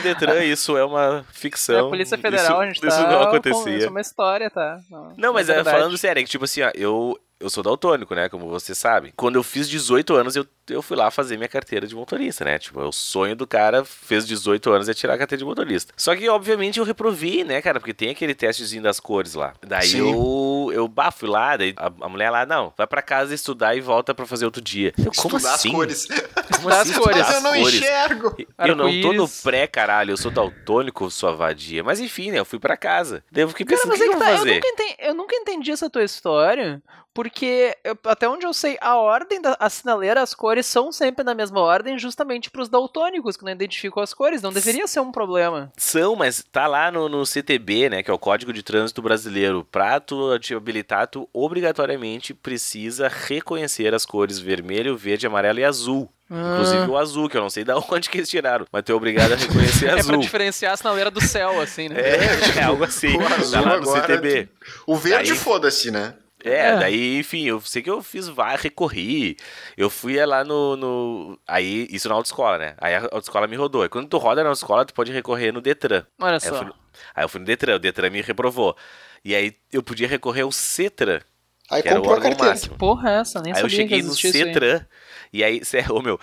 [SPEAKER 4] Detran, isso é uma ficção.
[SPEAKER 3] É a Polícia Federal,
[SPEAKER 4] isso,
[SPEAKER 3] a gente tá.
[SPEAKER 4] Isso não
[SPEAKER 3] com-
[SPEAKER 4] acontecia.
[SPEAKER 3] Isso é uma história, tá?
[SPEAKER 4] Não, mas é,
[SPEAKER 3] verdade.
[SPEAKER 4] falando sério, é que tipo assim, ó, eu, eu sou daltônico, né? Como você sabe. Quando eu fiz 18 anos, eu, eu fui lá fazer minha carteira de motorista, né? Tipo, é o sonho do cara, fez 18 anos, é tirar a carteira de motorista. Só que, obviamente, eu reprovei, né, cara? Porque tem aquele testezinho das cores lá. Daí
[SPEAKER 2] Sim.
[SPEAKER 4] eu, eu bah, fui lá, daí a, a mulher lá, não, vai pra casa estudar e volta pra fazer outro dia. Eu, como
[SPEAKER 2] Estudar
[SPEAKER 4] assim?
[SPEAKER 2] as cores.
[SPEAKER 4] Como
[SPEAKER 3] Estudar
[SPEAKER 4] assim
[SPEAKER 3] as cores.
[SPEAKER 4] estudar
[SPEAKER 2] Mas eu
[SPEAKER 4] as
[SPEAKER 2] não
[SPEAKER 4] cores?
[SPEAKER 2] enxergo.
[SPEAKER 4] Eu não tô no
[SPEAKER 3] Arco-íris.
[SPEAKER 4] pré, caralho, eu sou daltônico, sua vadia. Mas enfim, né, eu fui pra casa. Daí eu fiquei
[SPEAKER 3] Cara,
[SPEAKER 4] pensando, o
[SPEAKER 3] mas
[SPEAKER 4] que,
[SPEAKER 3] é que
[SPEAKER 4] que eu
[SPEAKER 3] tá,
[SPEAKER 4] vou
[SPEAKER 3] eu
[SPEAKER 4] fazer?
[SPEAKER 3] nunca, entendi, eu nunca entendi essa tua história, porque eu- até onde eu sei, a ordem da a sinaleira, as cores são sempre na mesma ordem, justamente pros daltônicos, que não identificam as cores. Não deveria ser um problema.
[SPEAKER 4] São, mas tá lá no, no CTB, né, que é o Código de Trânsito Brasileiro. Pra tu te habilitar, tu obrigatoriamente precisa reconhecer as cores vermelho, verde, amarelo e azul. Inclusive o azul, que eu não sei da onde que eles tiraram, mas tu é obrigado a reconhecer
[SPEAKER 3] Ah. é pra
[SPEAKER 4] azul.
[SPEAKER 3] diferenciar a sinaleira do céu, assim, né?
[SPEAKER 4] É, é algo assim.
[SPEAKER 2] O azul
[SPEAKER 4] tá lá no
[SPEAKER 2] agora é né?
[SPEAKER 4] CTB.
[SPEAKER 2] O verde,
[SPEAKER 4] Aí-
[SPEAKER 2] foda-se, né?
[SPEAKER 4] É,
[SPEAKER 3] É.
[SPEAKER 4] daí, enfim, eu sei que eu fiz várias, recorri. Eu fui é, lá no, no- Aí, isso na autoescola, né? Aí a autoescola me rodou. E quando tu roda na autoescola, tu pode recorrer no Detran.
[SPEAKER 3] Olha
[SPEAKER 4] Aí eu,
[SPEAKER 3] só.
[SPEAKER 4] fui, É, no- aí eu fui no Detran, o Detran me reprovou. E aí eu podia recorrer ao CETRAN,
[SPEAKER 2] Aí
[SPEAKER 4] que era o
[SPEAKER 2] comprou a
[SPEAKER 4] órgão
[SPEAKER 2] carteira.
[SPEAKER 4] máximo.
[SPEAKER 3] Porra, é essa, nem
[SPEAKER 4] aí eu
[SPEAKER 3] sabia que
[SPEAKER 4] cheguei no
[SPEAKER 3] existia isso aí.
[SPEAKER 4] CETRAN, e aí, cê- ô meu,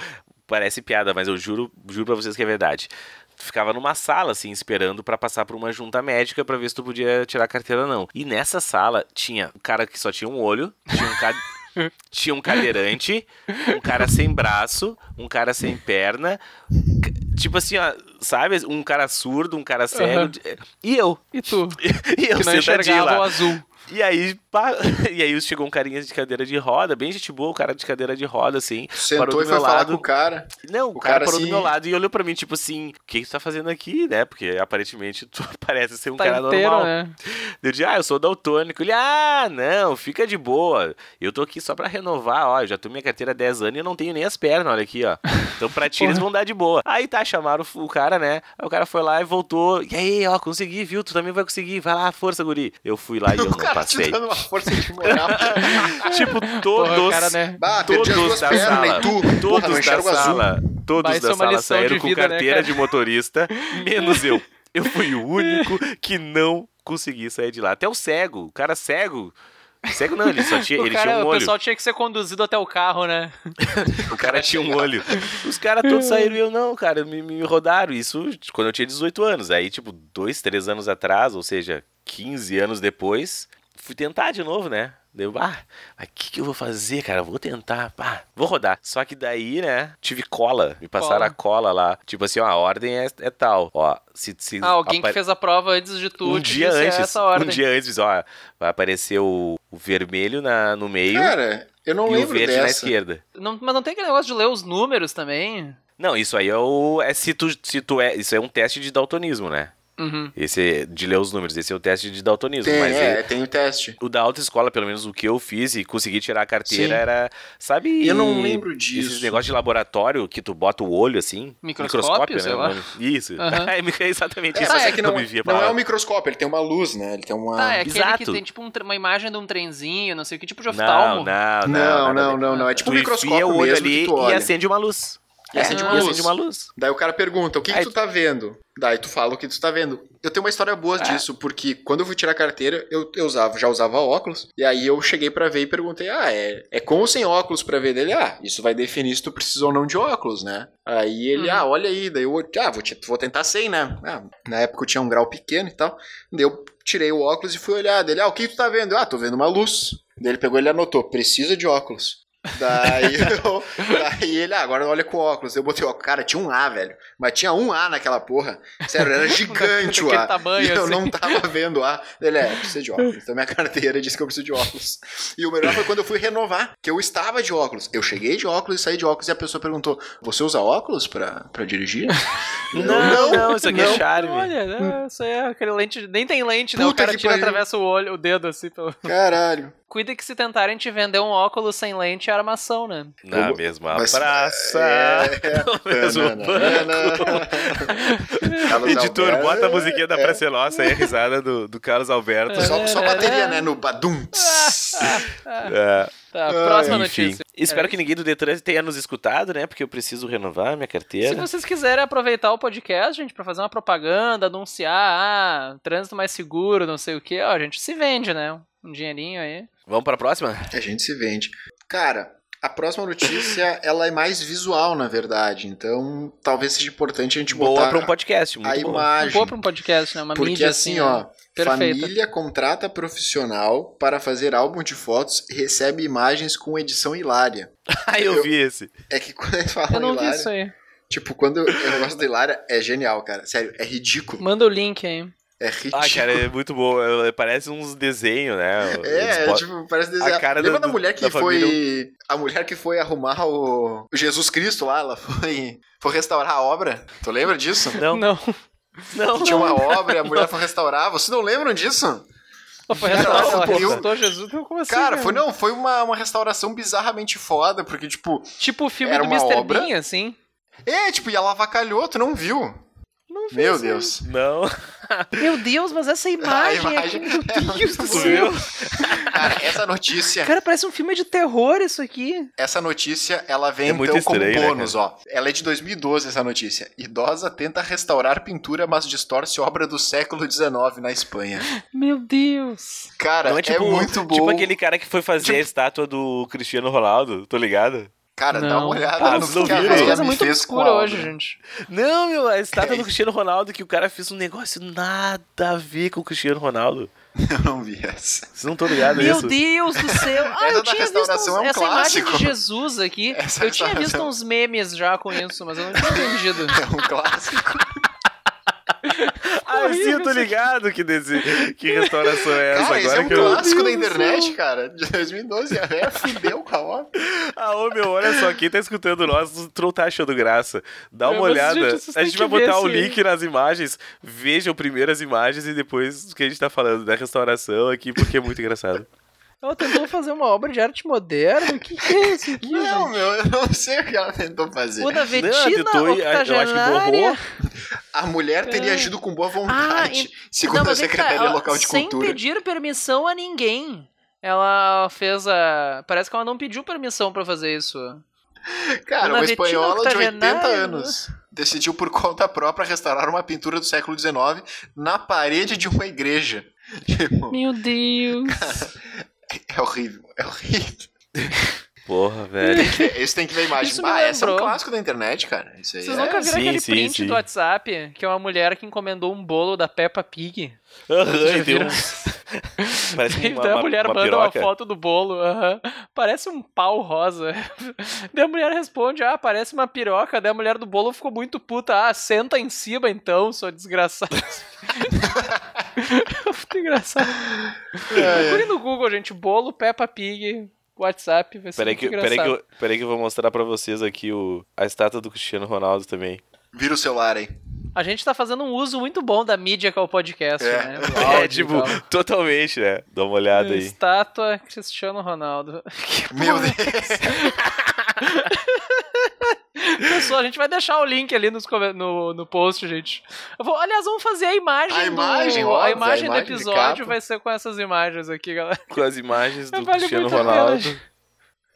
[SPEAKER 4] parece piada, mas eu juro, juro pra vocês que é verdade. Tu ficava numa sala, assim, esperando pra passar por uma junta médica pra ver se tu podia tirar a carteira ou não. E nessa sala tinha um cara que só tinha um olho, tinha um, ca- tinha um cadeirante, um cara sem braço, um cara sem perna. c- Tipo assim, ó, sabe? Um cara surdo, um cara cego.
[SPEAKER 3] Aham.
[SPEAKER 4] de- E eu.
[SPEAKER 3] E tu,
[SPEAKER 4] E eu
[SPEAKER 3] que não
[SPEAKER 4] sentadinho
[SPEAKER 3] enxergava o
[SPEAKER 4] lá.
[SPEAKER 3] azul.
[SPEAKER 4] E aí, pá, e aí chegou um carinha de cadeira de roda, bem gente boa, o cara de cadeira de roda, assim.
[SPEAKER 2] Sentou
[SPEAKER 4] parou
[SPEAKER 2] e
[SPEAKER 4] do
[SPEAKER 2] foi
[SPEAKER 4] meu
[SPEAKER 2] falar
[SPEAKER 4] lado.
[SPEAKER 2] com o cara.
[SPEAKER 4] Não, o,
[SPEAKER 2] O
[SPEAKER 4] cara,
[SPEAKER 2] cara,
[SPEAKER 4] parou
[SPEAKER 2] assim-
[SPEAKER 4] do meu lado e olhou pra mim, tipo assim, o que que tu tá fazendo aqui, né? Porque aparentemente tu parece ser um
[SPEAKER 3] Tá
[SPEAKER 4] cara
[SPEAKER 3] inteiro,
[SPEAKER 4] normal.
[SPEAKER 3] né?
[SPEAKER 4] Eu disse, ah, eu sou daltônico. Ele, ah, não, fica de boa. Eu tô aqui só pra renovar, ó. Eu já tô minha carteira há 10 anos e eu não tenho nem as pernas, olha aqui, ó. Então pra ti eles vão dar de boa. Aí tá, chamaram o o cara, né? Aí o cara foi lá e voltou. E aí, ó, consegui, viu? Tu também vai conseguir. Vai lá, força, guri. Eu fui lá e eu
[SPEAKER 2] o
[SPEAKER 4] não
[SPEAKER 2] cara tá te
[SPEAKER 4] passei.
[SPEAKER 2] dando uma força de moral.
[SPEAKER 4] tipo, todos.
[SPEAKER 3] Porra, o cara, né?
[SPEAKER 2] Bah, perdi as
[SPEAKER 4] Todos
[SPEAKER 2] duas
[SPEAKER 4] da
[SPEAKER 2] pernas
[SPEAKER 4] sala,
[SPEAKER 2] e tu.
[SPEAKER 4] todos
[SPEAKER 2] Porra, não
[SPEAKER 4] da
[SPEAKER 2] enxergo azul.
[SPEAKER 4] sala, todos
[SPEAKER 3] Vai ser
[SPEAKER 4] da
[SPEAKER 3] uma
[SPEAKER 4] sala
[SPEAKER 3] lição
[SPEAKER 4] saíram
[SPEAKER 3] de
[SPEAKER 4] com
[SPEAKER 3] vida, né,
[SPEAKER 4] carteira
[SPEAKER 3] cara?
[SPEAKER 4] de motorista, menos eu. Eu fui o único que não consegui sair de lá. Até o cego, o cara cego. Cego não, ele só tinha,
[SPEAKER 3] O,
[SPEAKER 4] ele
[SPEAKER 3] cara- é
[SPEAKER 4] tinha um
[SPEAKER 3] o
[SPEAKER 4] olho.
[SPEAKER 3] pessoal tinha que ser conduzido até o carro, né?
[SPEAKER 4] O cara tinha um olho. Os caras todos saíram e eu não, cara, me, me rodaram. Isso quando eu tinha 18 anos. Aí, tipo, dois, três anos atrás, ou seja, 15 anos depois, fui tentar de novo, né? Deu, ah, mas o que, que eu vou fazer, cara? Vou tentar, pá, vou rodar. Só que daí, né, tive cola. Me passaram
[SPEAKER 3] Cola.
[SPEAKER 4] a cola lá. Tipo assim, ó, a ordem é, é tal. Ó, se. se
[SPEAKER 3] Ah, alguém
[SPEAKER 4] apare-
[SPEAKER 3] que fez a prova antes de tudo.
[SPEAKER 4] um dia antes,
[SPEAKER 3] Essa ordem.
[SPEAKER 4] um dia antes, ó, vai aparecer o, o vermelho na, no meio
[SPEAKER 2] Cara, eu É, não
[SPEAKER 4] e o
[SPEAKER 2] lembro
[SPEAKER 4] verde na
[SPEAKER 2] dessa.
[SPEAKER 4] esquerda.
[SPEAKER 3] Não- mas não tem aquele negócio de ler os números também?
[SPEAKER 4] Não, isso aí é o. É se tu, se tu é. Isso é um teste de daltonismo, né?
[SPEAKER 3] Uhum.
[SPEAKER 4] Esse é- de ler os números, esse é o teste de daltonismo.
[SPEAKER 2] Tem,
[SPEAKER 4] mas
[SPEAKER 2] é,
[SPEAKER 4] é-
[SPEAKER 2] tem o teste.
[SPEAKER 4] o da autoescola, pelo menos o que eu fiz e consegui tirar a carteira,
[SPEAKER 2] Sim.
[SPEAKER 4] era. Sabe?
[SPEAKER 2] Eu não lembro
[SPEAKER 4] Esses
[SPEAKER 2] disso.
[SPEAKER 4] negócios de laboratório que tu bota o olho assim.
[SPEAKER 3] Microscópio, sei
[SPEAKER 4] o
[SPEAKER 3] lá.
[SPEAKER 4] nome? Isso.
[SPEAKER 3] Aham.
[SPEAKER 4] É exatamente
[SPEAKER 2] É,
[SPEAKER 4] isso.
[SPEAKER 2] mas
[SPEAKER 3] Ah,
[SPEAKER 2] é que
[SPEAKER 4] Eu
[SPEAKER 2] não,
[SPEAKER 4] me via
[SPEAKER 2] não é
[SPEAKER 4] falar. Ah,
[SPEAKER 2] um microscópio, ele tem uma luz, né? Ele tem uma.
[SPEAKER 3] Tá, é aquele que
[SPEAKER 4] exato.
[SPEAKER 3] tem tipo um tre- uma imagem de um trenzinho, não sei o que tipo de
[SPEAKER 4] Não,
[SPEAKER 3] oftalmo.
[SPEAKER 4] Ah, não, não.
[SPEAKER 2] não,
[SPEAKER 4] nada
[SPEAKER 2] não,
[SPEAKER 4] a ver.
[SPEAKER 2] não, não. É tipo
[SPEAKER 4] Tu
[SPEAKER 2] um
[SPEAKER 4] enfia
[SPEAKER 2] microscópio
[SPEAKER 4] o olho
[SPEAKER 2] mesmo que
[SPEAKER 4] ali
[SPEAKER 2] tu olha.
[SPEAKER 4] e acende uma luz.
[SPEAKER 2] E acende
[SPEAKER 4] É,
[SPEAKER 2] uma
[SPEAKER 4] e
[SPEAKER 2] luz.
[SPEAKER 4] acende uma luz.
[SPEAKER 2] Daí o cara pergunta, o que, que
[SPEAKER 4] Aí
[SPEAKER 2] tu tá vendo? Daí tu fala o que tu tá vendo. Eu tenho uma história
[SPEAKER 4] É.
[SPEAKER 2] boa disso, porque quando eu fui tirar a carteira, eu, eu usava, já usava óculos, e aí eu cheguei pra ver e perguntei, ah, é, é com ou sem óculos pra ver? Dele, ah, isso vai definir se tu precisa ou não de óculos, né? Aí ele,
[SPEAKER 3] Uhum.
[SPEAKER 2] ah, olha aí, daí eu, ah, vou, te- vou tentar sem, né? Ah, na época eu tinha um grau pequeno e tal, daí eu tirei o óculos e fui olhar, dele, ah, o que tu tá vendo? Eu, Ah, tô vendo uma luz. Daí ele pegou e ele anotou, precisa de óculos. Daí, eu, daí ele, ah, agora olha com óculos. Eu botei o óculos. Cara, tinha um A, velho. Mas tinha um A naquela porra. Sério, era gigante o
[SPEAKER 3] Daquele
[SPEAKER 2] A.
[SPEAKER 3] tamanho,
[SPEAKER 2] e eu
[SPEAKER 3] assim.
[SPEAKER 2] não tava vendo o A. Ele, é, precisa de óculos. Então minha carteira disse que eu preciso de óculos. E o melhor foi quando eu fui renovar, que eu estava de óculos. Eu cheguei de óculos e saí de óculos. E a pessoa perguntou, você usa óculos pra, pra dirigir? Eu,
[SPEAKER 4] Não, não, isso aqui é charme.
[SPEAKER 3] Olha, né, isso aí é aquele lente. Nem tem lente, né? O
[SPEAKER 2] Puta
[SPEAKER 3] cara
[SPEAKER 2] que
[SPEAKER 3] tira e
[SPEAKER 2] pariu.
[SPEAKER 3] atravessa o olho, o dedo, assim. Pelo...
[SPEAKER 2] Caralho.
[SPEAKER 3] Cuida que se tentarem te vender um óculos sem lente é armação, né?
[SPEAKER 4] Na
[SPEAKER 2] Eu-
[SPEAKER 4] mesma
[SPEAKER 2] mas-
[SPEAKER 4] praça. no mesmo
[SPEAKER 2] "É, Não, não, não,
[SPEAKER 4] É, banco.
[SPEAKER 2] não. Carlos
[SPEAKER 4] Editor,
[SPEAKER 2] Alberto.
[SPEAKER 4] bota a musiquinha da Praça é Nossa aí, a risada do, do Carlos Alberto.
[SPEAKER 2] Só, só bateria, né? No badum.
[SPEAKER 4] Ah, É,
[SPEAKER 3] Tá,
[SPEAKER 2] Ah,
[SPEAKER 3] próxima
[SPEAKER 4] enfim.
[SPEAKER 3] notícia. É.
[SPEAKER 4] Espero que ninguém do Detran tenha nos escutado, né? Porque eu preciso renovar minha
[SPEAKER 3] Se
[SPEAKER 4] carteira.
[SPEAKER 3] vocês quiserem aproveitar o podcast, gente, pra fazer uma propaganda, anunciar, ah, trânsito mais seguro, não sei o quê, ó, a gente se vende, né? Um dinheirinho aí.
[SPEAKER 4] Vamos pra próxima?
[SPEAKER 2] A gente se vende. Cara, a próxima notícia, ela é mais visual, na verdade. Então, talvez seja importante a gente
[SPEAKER 4] Boa
[SPEAKER 2] botar
[SPEAKER 4] pra um podcast,
[SPEAKER 2] a
[SPEAKER 4] muito bom.
[SPEAKER 2] imagem.
[SPEAKER 3] Boa pra um podcast, né? Uma
[SPEAKER 2] porque
[SPEAKER 3] mídia
[SPEAKER 2] assim,
[SPEAKER 3] né?
[SPEAKER 2] ó,
[SPEAKER 3] Perfeita.
[SPEAKER 2] família contrata profissional para fazer álbum de fotos e recebe imagens com edição hilária.
[SPEAKER 4] Ah, eu vi esse.
[SPEAKER 2] É que quando eles falam
[SPEAKER 3] Eu não vi
[SPEAKER 2] hilária,
[SPEAKER 3] isso aí.
[SPEAKER 2] tipo, quando eu gosto da hilária, é genial, cara. Sério, é ridículo.
[SPEAKER 3] Manda o link aí.
[SPEAKER 2] É ridículo.
[SPEAKER 4] Ah, cara, é muito bom. É, Parece uns desenhos, né? Eles
[SPEAKER 2] É,
[SPEAKER 4] botam-
[SPEAKER 2] tipo, parece
[SPEAKER 4] a
[SPEAKER 2] desenhar.
[SPEAKER 4] cara
[SPEAKER 2] Lembra
[SPEAKER 4] do-
[SPEAKER 2] da mulher que
[SPEAKER 4] da
[SPEAKER 2] foi.
[SPEAKER 4] família-
[SPEAKER 2] A mulher que foi arrumar o. o Jesus Cristo lá, ela foi. Foi restaurar a obra? Tu lembra disso?
[SPEAKER 4] Não, não.
[SPEAKER 3] Não.
[SPEAKER 2] Que
[SPEAKER 4] não.
[SPEAKER 2] tipo- tinha uma obra e a mulher foi restaurar. Vocês não lembram disso?
[SPEAKER 3] Ela Foi restaurada, ela
[SPEAKER 2] Nossa, viu?
[SPEAKER 3] ressuscitou Jesus. Não, como assim?
[SPEAKER 2] Cara, foi não, foi uma, uma restauração bizarramente foda, porque, tipo,
[SPEAKER 3] Tipo o filme
[SPEAKER 2] Era
[SPEAKER 3] do
[SPEAKER 2] uma
[SPEAKER 3] Mr.
[SPEAKER 2] obra?
[SPEAKER 3] Bean, assim.
[SPEAKER 2] é, tipo, e ela avacalhou, tu não viu.
[SPEAKER 3] Não vi
[SPEAKER 2] Meu
[SPEAKER 3] isso aí.
[SPEAKER 2] Deus.
[SPEAKER 4] Não.
[SPEAKER 3] Meu Deus, mas essa imagem,
[SPEAKER 2] imagem
[SPEAKER 3] aqui, meu
[SPEAKER 2] é
[SPEAKER 3] Deus do
[SPEAKER 2] muito
[SPEAKER 3] céu.
[SPEAKER 2] Cara, essa notícia,
[SPEAKER 3] Cara, parece um filme de terror isso aqui.
[SPEAKER 2] essa notícia, ela vem
[SPEAKER 4] É muito
[SPEAKER 2] então
[SPEAKER 4] estranho, né,
[SPEAKER 2] como bônus, ó. Ela é de 2012, essa notícia. Idosa tenta restaurar pintura, mas distorce obra do século XIX na Espanha.
[SPEAKER 3] Meu Deus.
[SPEAKER 2] Cara,
[SPEAKER 4] Não
[SPEAKER 2] é, muito bom.
[SPEAKER 4] Tipo aquele cara que foi fazer a estátua do Cristiano Ronaldo, tô ligado?
[SPEAKER 2] Cara, dá
[SPEAKER 3] Não.
[SPEAKER 2] uma olhada
[SPEAKER 4] Ah, vocês
[SPEAKER 2] no
[SPEAKER 4] não
[SPEAKER 2] que a
[SPEAKER 4] viram?
[SPEAKER 3] Uma
[SPEAKER 2] Leia
[SPEAKER 3] coisa é
[SPEAKER 2] me
[SPEAKER 3] muito
[SPEAKER 2] fez com a
[SPEAKER 3] obscura
[SPEAKER 2] obra.
[SPEAKER 3] hoje, gente.
[SPEAKER 4] Não, meu, a estátua
[SPEAKER 2] É.
[SPEAKER 4] do Cristiano Ronaldo que o cara fez um negócio nada a ver com o Cristiano Ronaldo.
[SPEAKER 2] Eu não vi essa. é
[SPEAKER 4] Vocês não estão ligados
[SPEAKER 3] Meu
[SPEAKER 4] nisso?
[SPEAKER 3] Deus do céu. Ah,
[SPEAKER 2] Essa
[SPEAKER 3] eu
[SPEAKER 2] da
[SPEAKER 3] tinha visto uns,
[SPEAKER 2] restauração é um
[SPEAKER 3] essa imagem
[SPEAKER 2] clássico.
[SPEAKER 3] de Jesus aqui.
[SPEAKER 2] Essa
[SPEAKER 3] eu tinha visto
[SPEAKER 2] restauração-
[SPEAKER 3] uns memes já com isso, mas eu não tinha entendido.
[SPEAKER 2] É um clássico.
[SPEAKER 4] Ah, sim, eu tô
[SPEAKER 3] horrível,
[SPEAKER 4] ligado que, desse, que restauração é essa
[SPEAKER 2] Cara,
[SPEAKER 4] agora
[SPEAKER 2] esse é um
[SPEAKER 4] que eu...
[SPEAKER 2] clássico da
[SPEAKER 3] Meu Deus do céu.
[SPEAKER 2] internet, cara. De 2012, a velha é, fudeu com a obra.
[SPEAKER 4] Ah, ô meu, olha só, quem tá escutando nós não tá achando graça. Dá uma
[SPEAKER 3] Não, mas,
[SPEAKER 4] olhada.
[SPEAKER 3] gente, vocês
[SPEAKER 4] a
[SPEAKER 3] têm
[SPEAKER 4] gente
[SPEAKER 3] que
[SPEAKER 4] vai
[SPEAKER 3] ver
[SPEAKER 4] botar o
[SPEAKER 3] esse-
[SPEAKER 4] link nas imagens. Vejam primeiro as imagens e depois o que a gente tá falando da restauração aqui, porque é muito engraçado.
[SPEAKER 3] Ela tentou fazer uma obra de arte moderna? O que, que é isso aqui,
[SPEAKER 2] Não, é, né,
[SPEAKER 3] gente?
[SPEAKER 2] meu, eu não sei o que ela tentou fazer.
[SPEAKER 3] O da Vetina
[SPEAKER 4] tentou e- eu acho que borrou.
[SPEAKER 3] octogenária.
[SPEAKER 2] A mulher teria
[SPEAKER 3] É.
[SPEAKER 2] agido com boa
[SPEAKER 3] Ah,
[SPEAKER 2] vontade,
[SPEAKER 3] en-
[SPEAKER 2] segundo
[SPEAKER 3] Não,
[SPEAKER 2] a
[SPEAKER 3] mas vem cá,
[SPEAKER 2] Secretaria
[SPEAKER 3] ela-
[SPEAKER 2] Local de Cultura.
[SPEAKER 3] Sem pedir permissão a ninguém. Ela fez a... Parece que ela não pediu permissão pra fazer isso.
[SPEAKER 2] Cara,
[SPEAKER 3] Dona
[SPEAKER 2] uma
[SPEAKER 3] Betina
[SPEAKER 2] espanhola de 80
[SPEAKER 3] octogenária,
[SPEAKER 2] anos decidiu por conta própria restaurar uma pintura do século XIX na parede de uma igreja. Tipo,
[SPEAKER 3] Meu Deus.
[SPEAKER 2] é horrível, é horrível.
[SPEAKER 4] Porra, velho.
[SPEAKER 2] Isso tem que ver a imagem.
[SPEAKER 3] Isso me
[SPEAKER 2] ah, essa é um
[SPEAKER 3] lembrou.
[SPEAKER 2] clássico da internet, cara. Isso aí
[SPEAKER 3] Vocês
[SPEAKER 2] é...
[SPEAKER 3] nunca viram
[SPEAKER 4] sim,
[SPEAKER 3] aquele
[SPEAKER 4] sim,
[SPEAKER 3] print
[SPEAKER 4] sim.
[SPEAKER 3] do WhatsApp, que é uma mulher que encomendou um bolo da Peppa Pig.
[SPEAKER 4] Aham,
[SPEAKER 3] já
[SPEAKER 4] e deu
[SPEAKER 3] viram?
[SPEAKER 4] um- Parece uma,
[SPEAKER 3] Então a
[SPEAKER 4] uma-
[SPEAKER 3] mulher
[SPEAKER 4] uma
[SPEAKER 3] manda
[SPEAKER 4] piroca.
[SPEAKER 3] uma foto do bolo. aham. Parece um pau rosa. daí a mulher responde: Ah, parece uma piroca. Daí a mulher do bolo ficou muito puta. Ah, senta em cima então, sua desgraçada. muito engraçado.
[SPEAKER 4] É.
[SPEAKER 3] Procure no Google, gente. Bolo, Peppa Pig, WhatsApp. Vai ser é
[SPEAKER 4] Peraí
[SPEAKER 3] muito
[SPEAKER 4] que,
[SPEAKER 3] engraçado.
[SPEAKER 4] peraí, que eu, peraí que eu vou mostrar pra vocês aqui o, a estátua do Cristiano Ronaldo também.
[SPEAKER 2] Vira o celular aí.
[SPEAKER 3] A gente tá fazendo um uso muito bom da mídia que é o podcast,
[SPEAKER 2] É.
[SPEAKER 3] né? O áudio
[SPEAKER 4] É,
[SPEAKER 3] e
[SPEAKER 4] tipo,
[SPEAKER 3] tal.
[SPEAKER 4] totalmente, né? Dá uma olhada aí.
[SPEAKER 3] Estátua Cristiano Ronaldo. Que
[SPEAKER 2] Meu
[SPEAKER 3] porra.
[SPEAKER 2] Deus.
[SPEAKER 3] Pessoal, a gente vai deixar o link ali nos come- no, no post, gente. Eu vou- aliás, vamos fazer a imagem.
[SPEAKER 2] A
[SPEAKER 3] do-
[SPEAKER 2] imagem, óbvio,
[SPEAKER 3] a imagem
[SPEAKER 2] a imagem
[SPEAKER 3] do
[SPEAKER 2] de
[SPEAKER 3] episódio
[SPEAKER 2] capa.
[SPEAKER 3] vai ser com essas imagens aqui, galera.
[SPEAKER 4] Com as imagens do
[SPEAKER 3] Vale
[SPEAKER 4] Cristiano
[SPEAKER 3] muito a pena.
[SPEAKER 4] Ronaldo.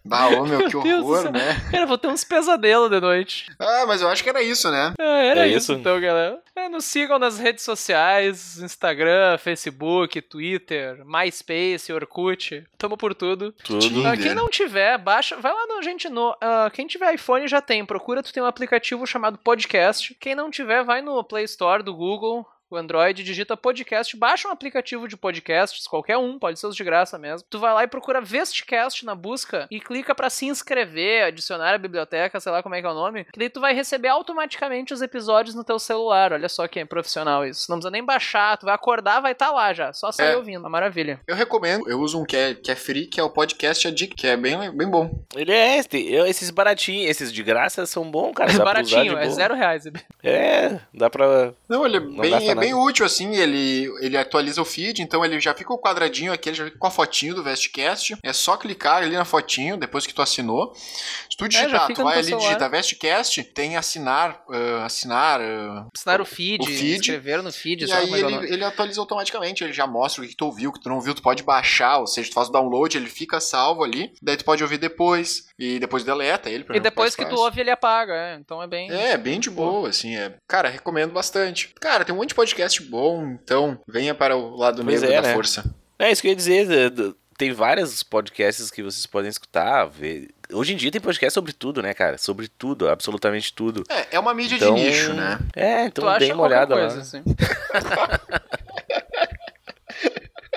[SPEAKER 2] Bah, ô, meu, que
[SPEAKER 3] Meu Deus do
[SPEAKER 2] horror,
[SPEAKER 3] céu.
[SPEAKER 2] né?
[SPEAKER 3] Cara, eu vou ter uns pesadelos de noite.
[SPEAKER 2] Ah, mas eu acho que era isso, né?
[SPEAKER 3] Ah, era
[SPEAKER 4] É
[SPEAKER 3] isso?
[SPEAKER 4] isso?
[SPEAKER 3] então, galera. É, nos sigam nas redes sociais: Instagram, Facebook, Twitter, MySpace, Orkut. Tamo por tudo.
[SPEAKER 4] Tudo.
[SPEAKER 3] Ah,
[SPEAKER 2] Tinder.
[SPEAKER 3] quem não tiver, baixa. Vai lá no gente no. ah, quem tiver iPhone já tem. Procura, tu tem um aplicativo chamado Podcast. Quem não tiver, vai no Play Store do Google. O Android digita podcast, baixa um aplicativo de podcasts, qualquer um, pode ser os de graça mesmo. Tu vai lá e procura Vestcast na busca e clica pra se inscrever, adicionar a biblioteca, sei lá como é que é o nome. Que daí tu vai receber automaticamente os episódios no teu celular. Olha só que é profissional isso. Não precisa nem baixar, tu vai acordar, vai estar lá já. Só sair
[SPEAKER 2] É.
[SPEAKER 3] ouvindo. Uma maravilha.
[SPEAKER 2] Eu recomendo. Eu uso um que é, que é free, que é o podcast Addict, que é bem, bem bom.
[SPEAKER 4] Ele é este. eu- esses baratinhos, esses de graça são bons, cara.
[SPEAKER 3] É
[SPEAKER 4] dá pra usar de
[SPEAKER 3] baratinho, é
[SPEAKER 4] boa.
[SPEAKER 3] zero reais.
[SPEAKER 4] É, dá pra.
[SPEAKER 2] Não, ele é, bem,
[SPEAKER 4] gasta
[SPEAKER 2] é bem útil, assim, ele, ele atualiza o feed, então ele já fica o quadradinho aqui, ele já fica com a fotinho do Vestcast, é só clicar ali na fotinho, depois que tu assinou. Se tu digitar,
[SPEAKER 3] É, fica
[SPEAKER 2] tu
[SPEAKER 3] no
[SPEAKER 2] vai
[SPEAKER 3] teu
[SPEAKER 2] ali
[SPEAKER 3] celular.
[SPEAKER 2] digitar Vestcast, tem assinar, ah, assinar, ah,
[SPEAKER 3] Assinar o feed,
[SPEAKER 2] O feed.
[SPEAKER 3] escrever no feed,
[SPEAKER 2] e
[SPEAKER 3] sabe
[SPEAKER 2] aí
[SPEAKER 3] como é que é o
[SPEAKER 2] ele,
[SPEAKER 3] nome?
[SPEAKER 2] ele atualiza automaticamente, ele já mostra o que que tu ouviu, o que tu não viu, tu pode baixar, ou seja, tu faz o download, ele fica salvo ali, daí tu pode ouvir depois, e depois deleta ele. por
[SPEAKER 3] E
[SPEAKER 2] exemplo,
[SPEAKER 3] depois
[SPEAKER 2] é faz
[SPEAKER 3] que tu
[SPEAKER 2] fácil.
[SPEAKER 3] ouve, ele apaga, é. Então é bem.
[SPEAKER 2] É, bem de boa, assim, é. Cara, recomendo bastante. Cara, tem um monte de podcast bom, então venha para o lado
[SPEAKER 4] Pois
[SPEAKER 2] negro
[SPEAKER 4] é,
[SPEAKER 2] da
[SPEAKER 4] né?
[SPEAKER 2] força.
[SPEAKER 4] É isso que eu ia dizer. é, do- Tem vários podcasts que vocês podem escutar. ver. Hoje em dia tem podcast sobre tudo, né, cara? Sobre tudo, absolutamente tudo.
[SPEAKER 2] É, é uma mídia
[SPEAKER 4] Então-
[SPEAKER 2] de nicho, né?
[SPEAKER 4] É,
[SPEAKER 3] tu
[SPEAKER 4] então
[SPEAKER 3] acha
[SPEAKER 4] dê uma
[SPEAKER 3] qualquer
[SPEAKER 4] olhada lá.
[SPEAKER 3] coisa, assim.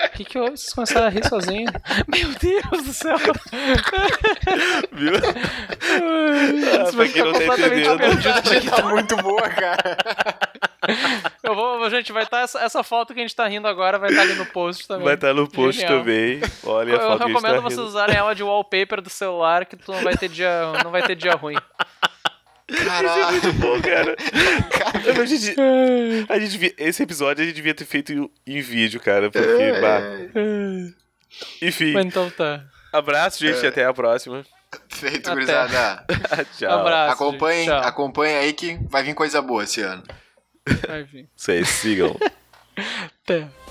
[SPEAKER 3] O que, que houve? Vocês começaram a rir sozinho? Meu Deus do céu!
[SPEAKER 4] Viu?
[SPEAKER 3] Isso vai
[SPEAKER 4] pra quem
[SPEAKER 3] ficar
[SPEAKER 4] não tá
[SPEAKER 3] completamente
[SPEAKER 4] entendendo.
[SPEAKER 3] perdido.
[SPEAKER 2] tá muito boa, cara.
[SPEAKER 3] Eu vou, Então, gente, vai estar essa, essa foto que a gente tá rindo agora vai estar ali no post também.
[SPEAKER 4] Vai estar no post
[SPEAKER 3] Genial.
[SPEAKER 4] também. Olha a
[SPEAKER 3] Eu
[SPEAKER 4] foto que a gente tá
[SPEAKER 3] recomendo vocês
[SPEAKER 4] rindo.
[SPEAKER 3] usarem ela de wallpaper do celular, que tu não vai ter dia, não vai ter dia ruim.
[SPEAKER 2] Caralho.
[SPEAKER 4] Pô, cara. A gente, a gente devia- esse episódio a gente devia ter feito em, em vídeo, cara. Porque, bah. Enfim,
[SPEAKER 3] Mas então tá.
[SPEAKER 4] abraço, gente, e até a próxima.
[SPEAKER 2] Feito,
[SPEAKER 3] Até.
[SPEAKER 2] gurizada.
[SPEAKER 4] Tchau.
[SPEAKER 3] Abraço.
[SPEAKER 2] Acompanhem,
[SPEAKER 3] gente. Tchau.
[SPEAKER 2] acompanhem aí que vai vir coisa boa esse ano.
[SPEAKER 3] Vai vir.
[SPEAKER 4] Vocês sigam.
[SPEAKER 3] Até.